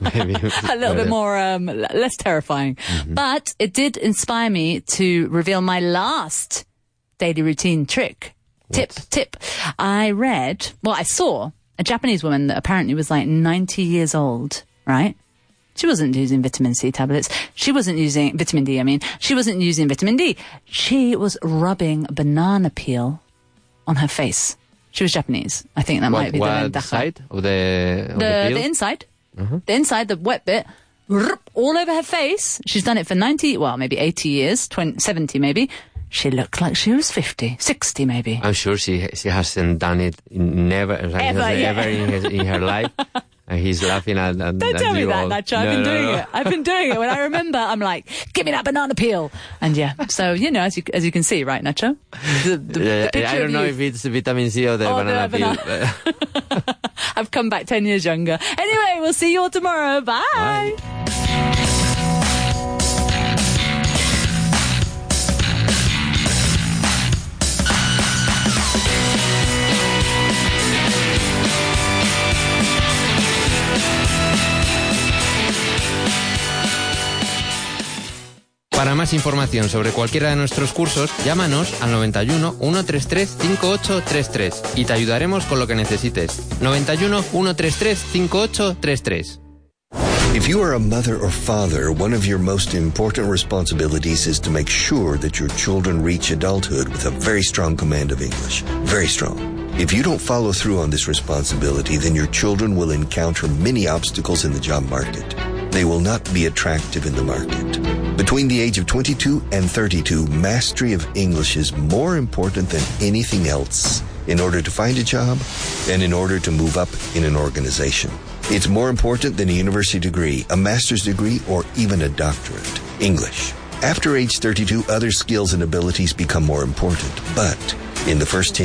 S6: Maybe. Mm-hmm.
S5: a little bit more, um, l- less terrifying. But it did inspire me to reveal my last daily routine trick. Tip, tip. I read, well, I saw a Japanese woman that apparently was like 90 years old, right? She wasn't using vitamin C tablets. She wasn't using vitamin D, I mean. She wasn't using vitamin D. She was rubbing banana peel on her face. She was Japanese. I think that might
S6: What,
S5: be the
S6: what
S5: Rendaka
S6: side of the, of
S5: the,
S6: the
S5: the
S6: pill?
S5: inside,
S6: Uh-huh.
S5: the inside, the wet bit, rup, all over her face. She's done it for 90, well, maybe 80 years, 20, 70 maybe. She looked like she was 50, 60 maybe.
S6: I'm sure she she hasn't done it in never like,
S5: Ever, yeah.
S6: ever in, his, in
S5: *laughs*
S6: her life. And he's laughing at, at
S5: Don't
S6: at
S5: tell me
S6: you
S5: that,
S6: all.
S5: Nacho. I've
S6: No,
S5: been
S6: no,
S5: doing
S6: no.
S5: it. I've been doing it. When I remember, I'm like, give me that banana peel. And yeah, so, you know, as you, as you can see, right, Nacho? The, the, the
S6: Yeah,
S5: picture
S6: I don't
S5: of
S6: know
S5: you,
S6: if it's vitamin C or the
S5: Oh, the
S6: banana peel.
S5: *laughs* I've come back 10 years younger. Anyway, we'll see you all tomorrow. Bye.
S6: Para más información sobre cualquiera de nuestros cursos, llámanos al 91 133 5833 y te ayudaremos con lo que necesites. 91 133 5833.
S3: If you are a mother or father, one of your most important responsibilities is to make sure that your children reach adulthood with a very strong command of English. Very strong. If you don't follow through on this responsibility, then your children will encounter many obstacles in the job market. They will not be attractive in the market. Between the age of 22 and 32, mastery of English is more important than anything else in order to find a job and in order to move up in an organization. It's more important than a university degree, a master's degree, or even a doctorate. English. After age 32, other skills and abilities become more important, but in the first 10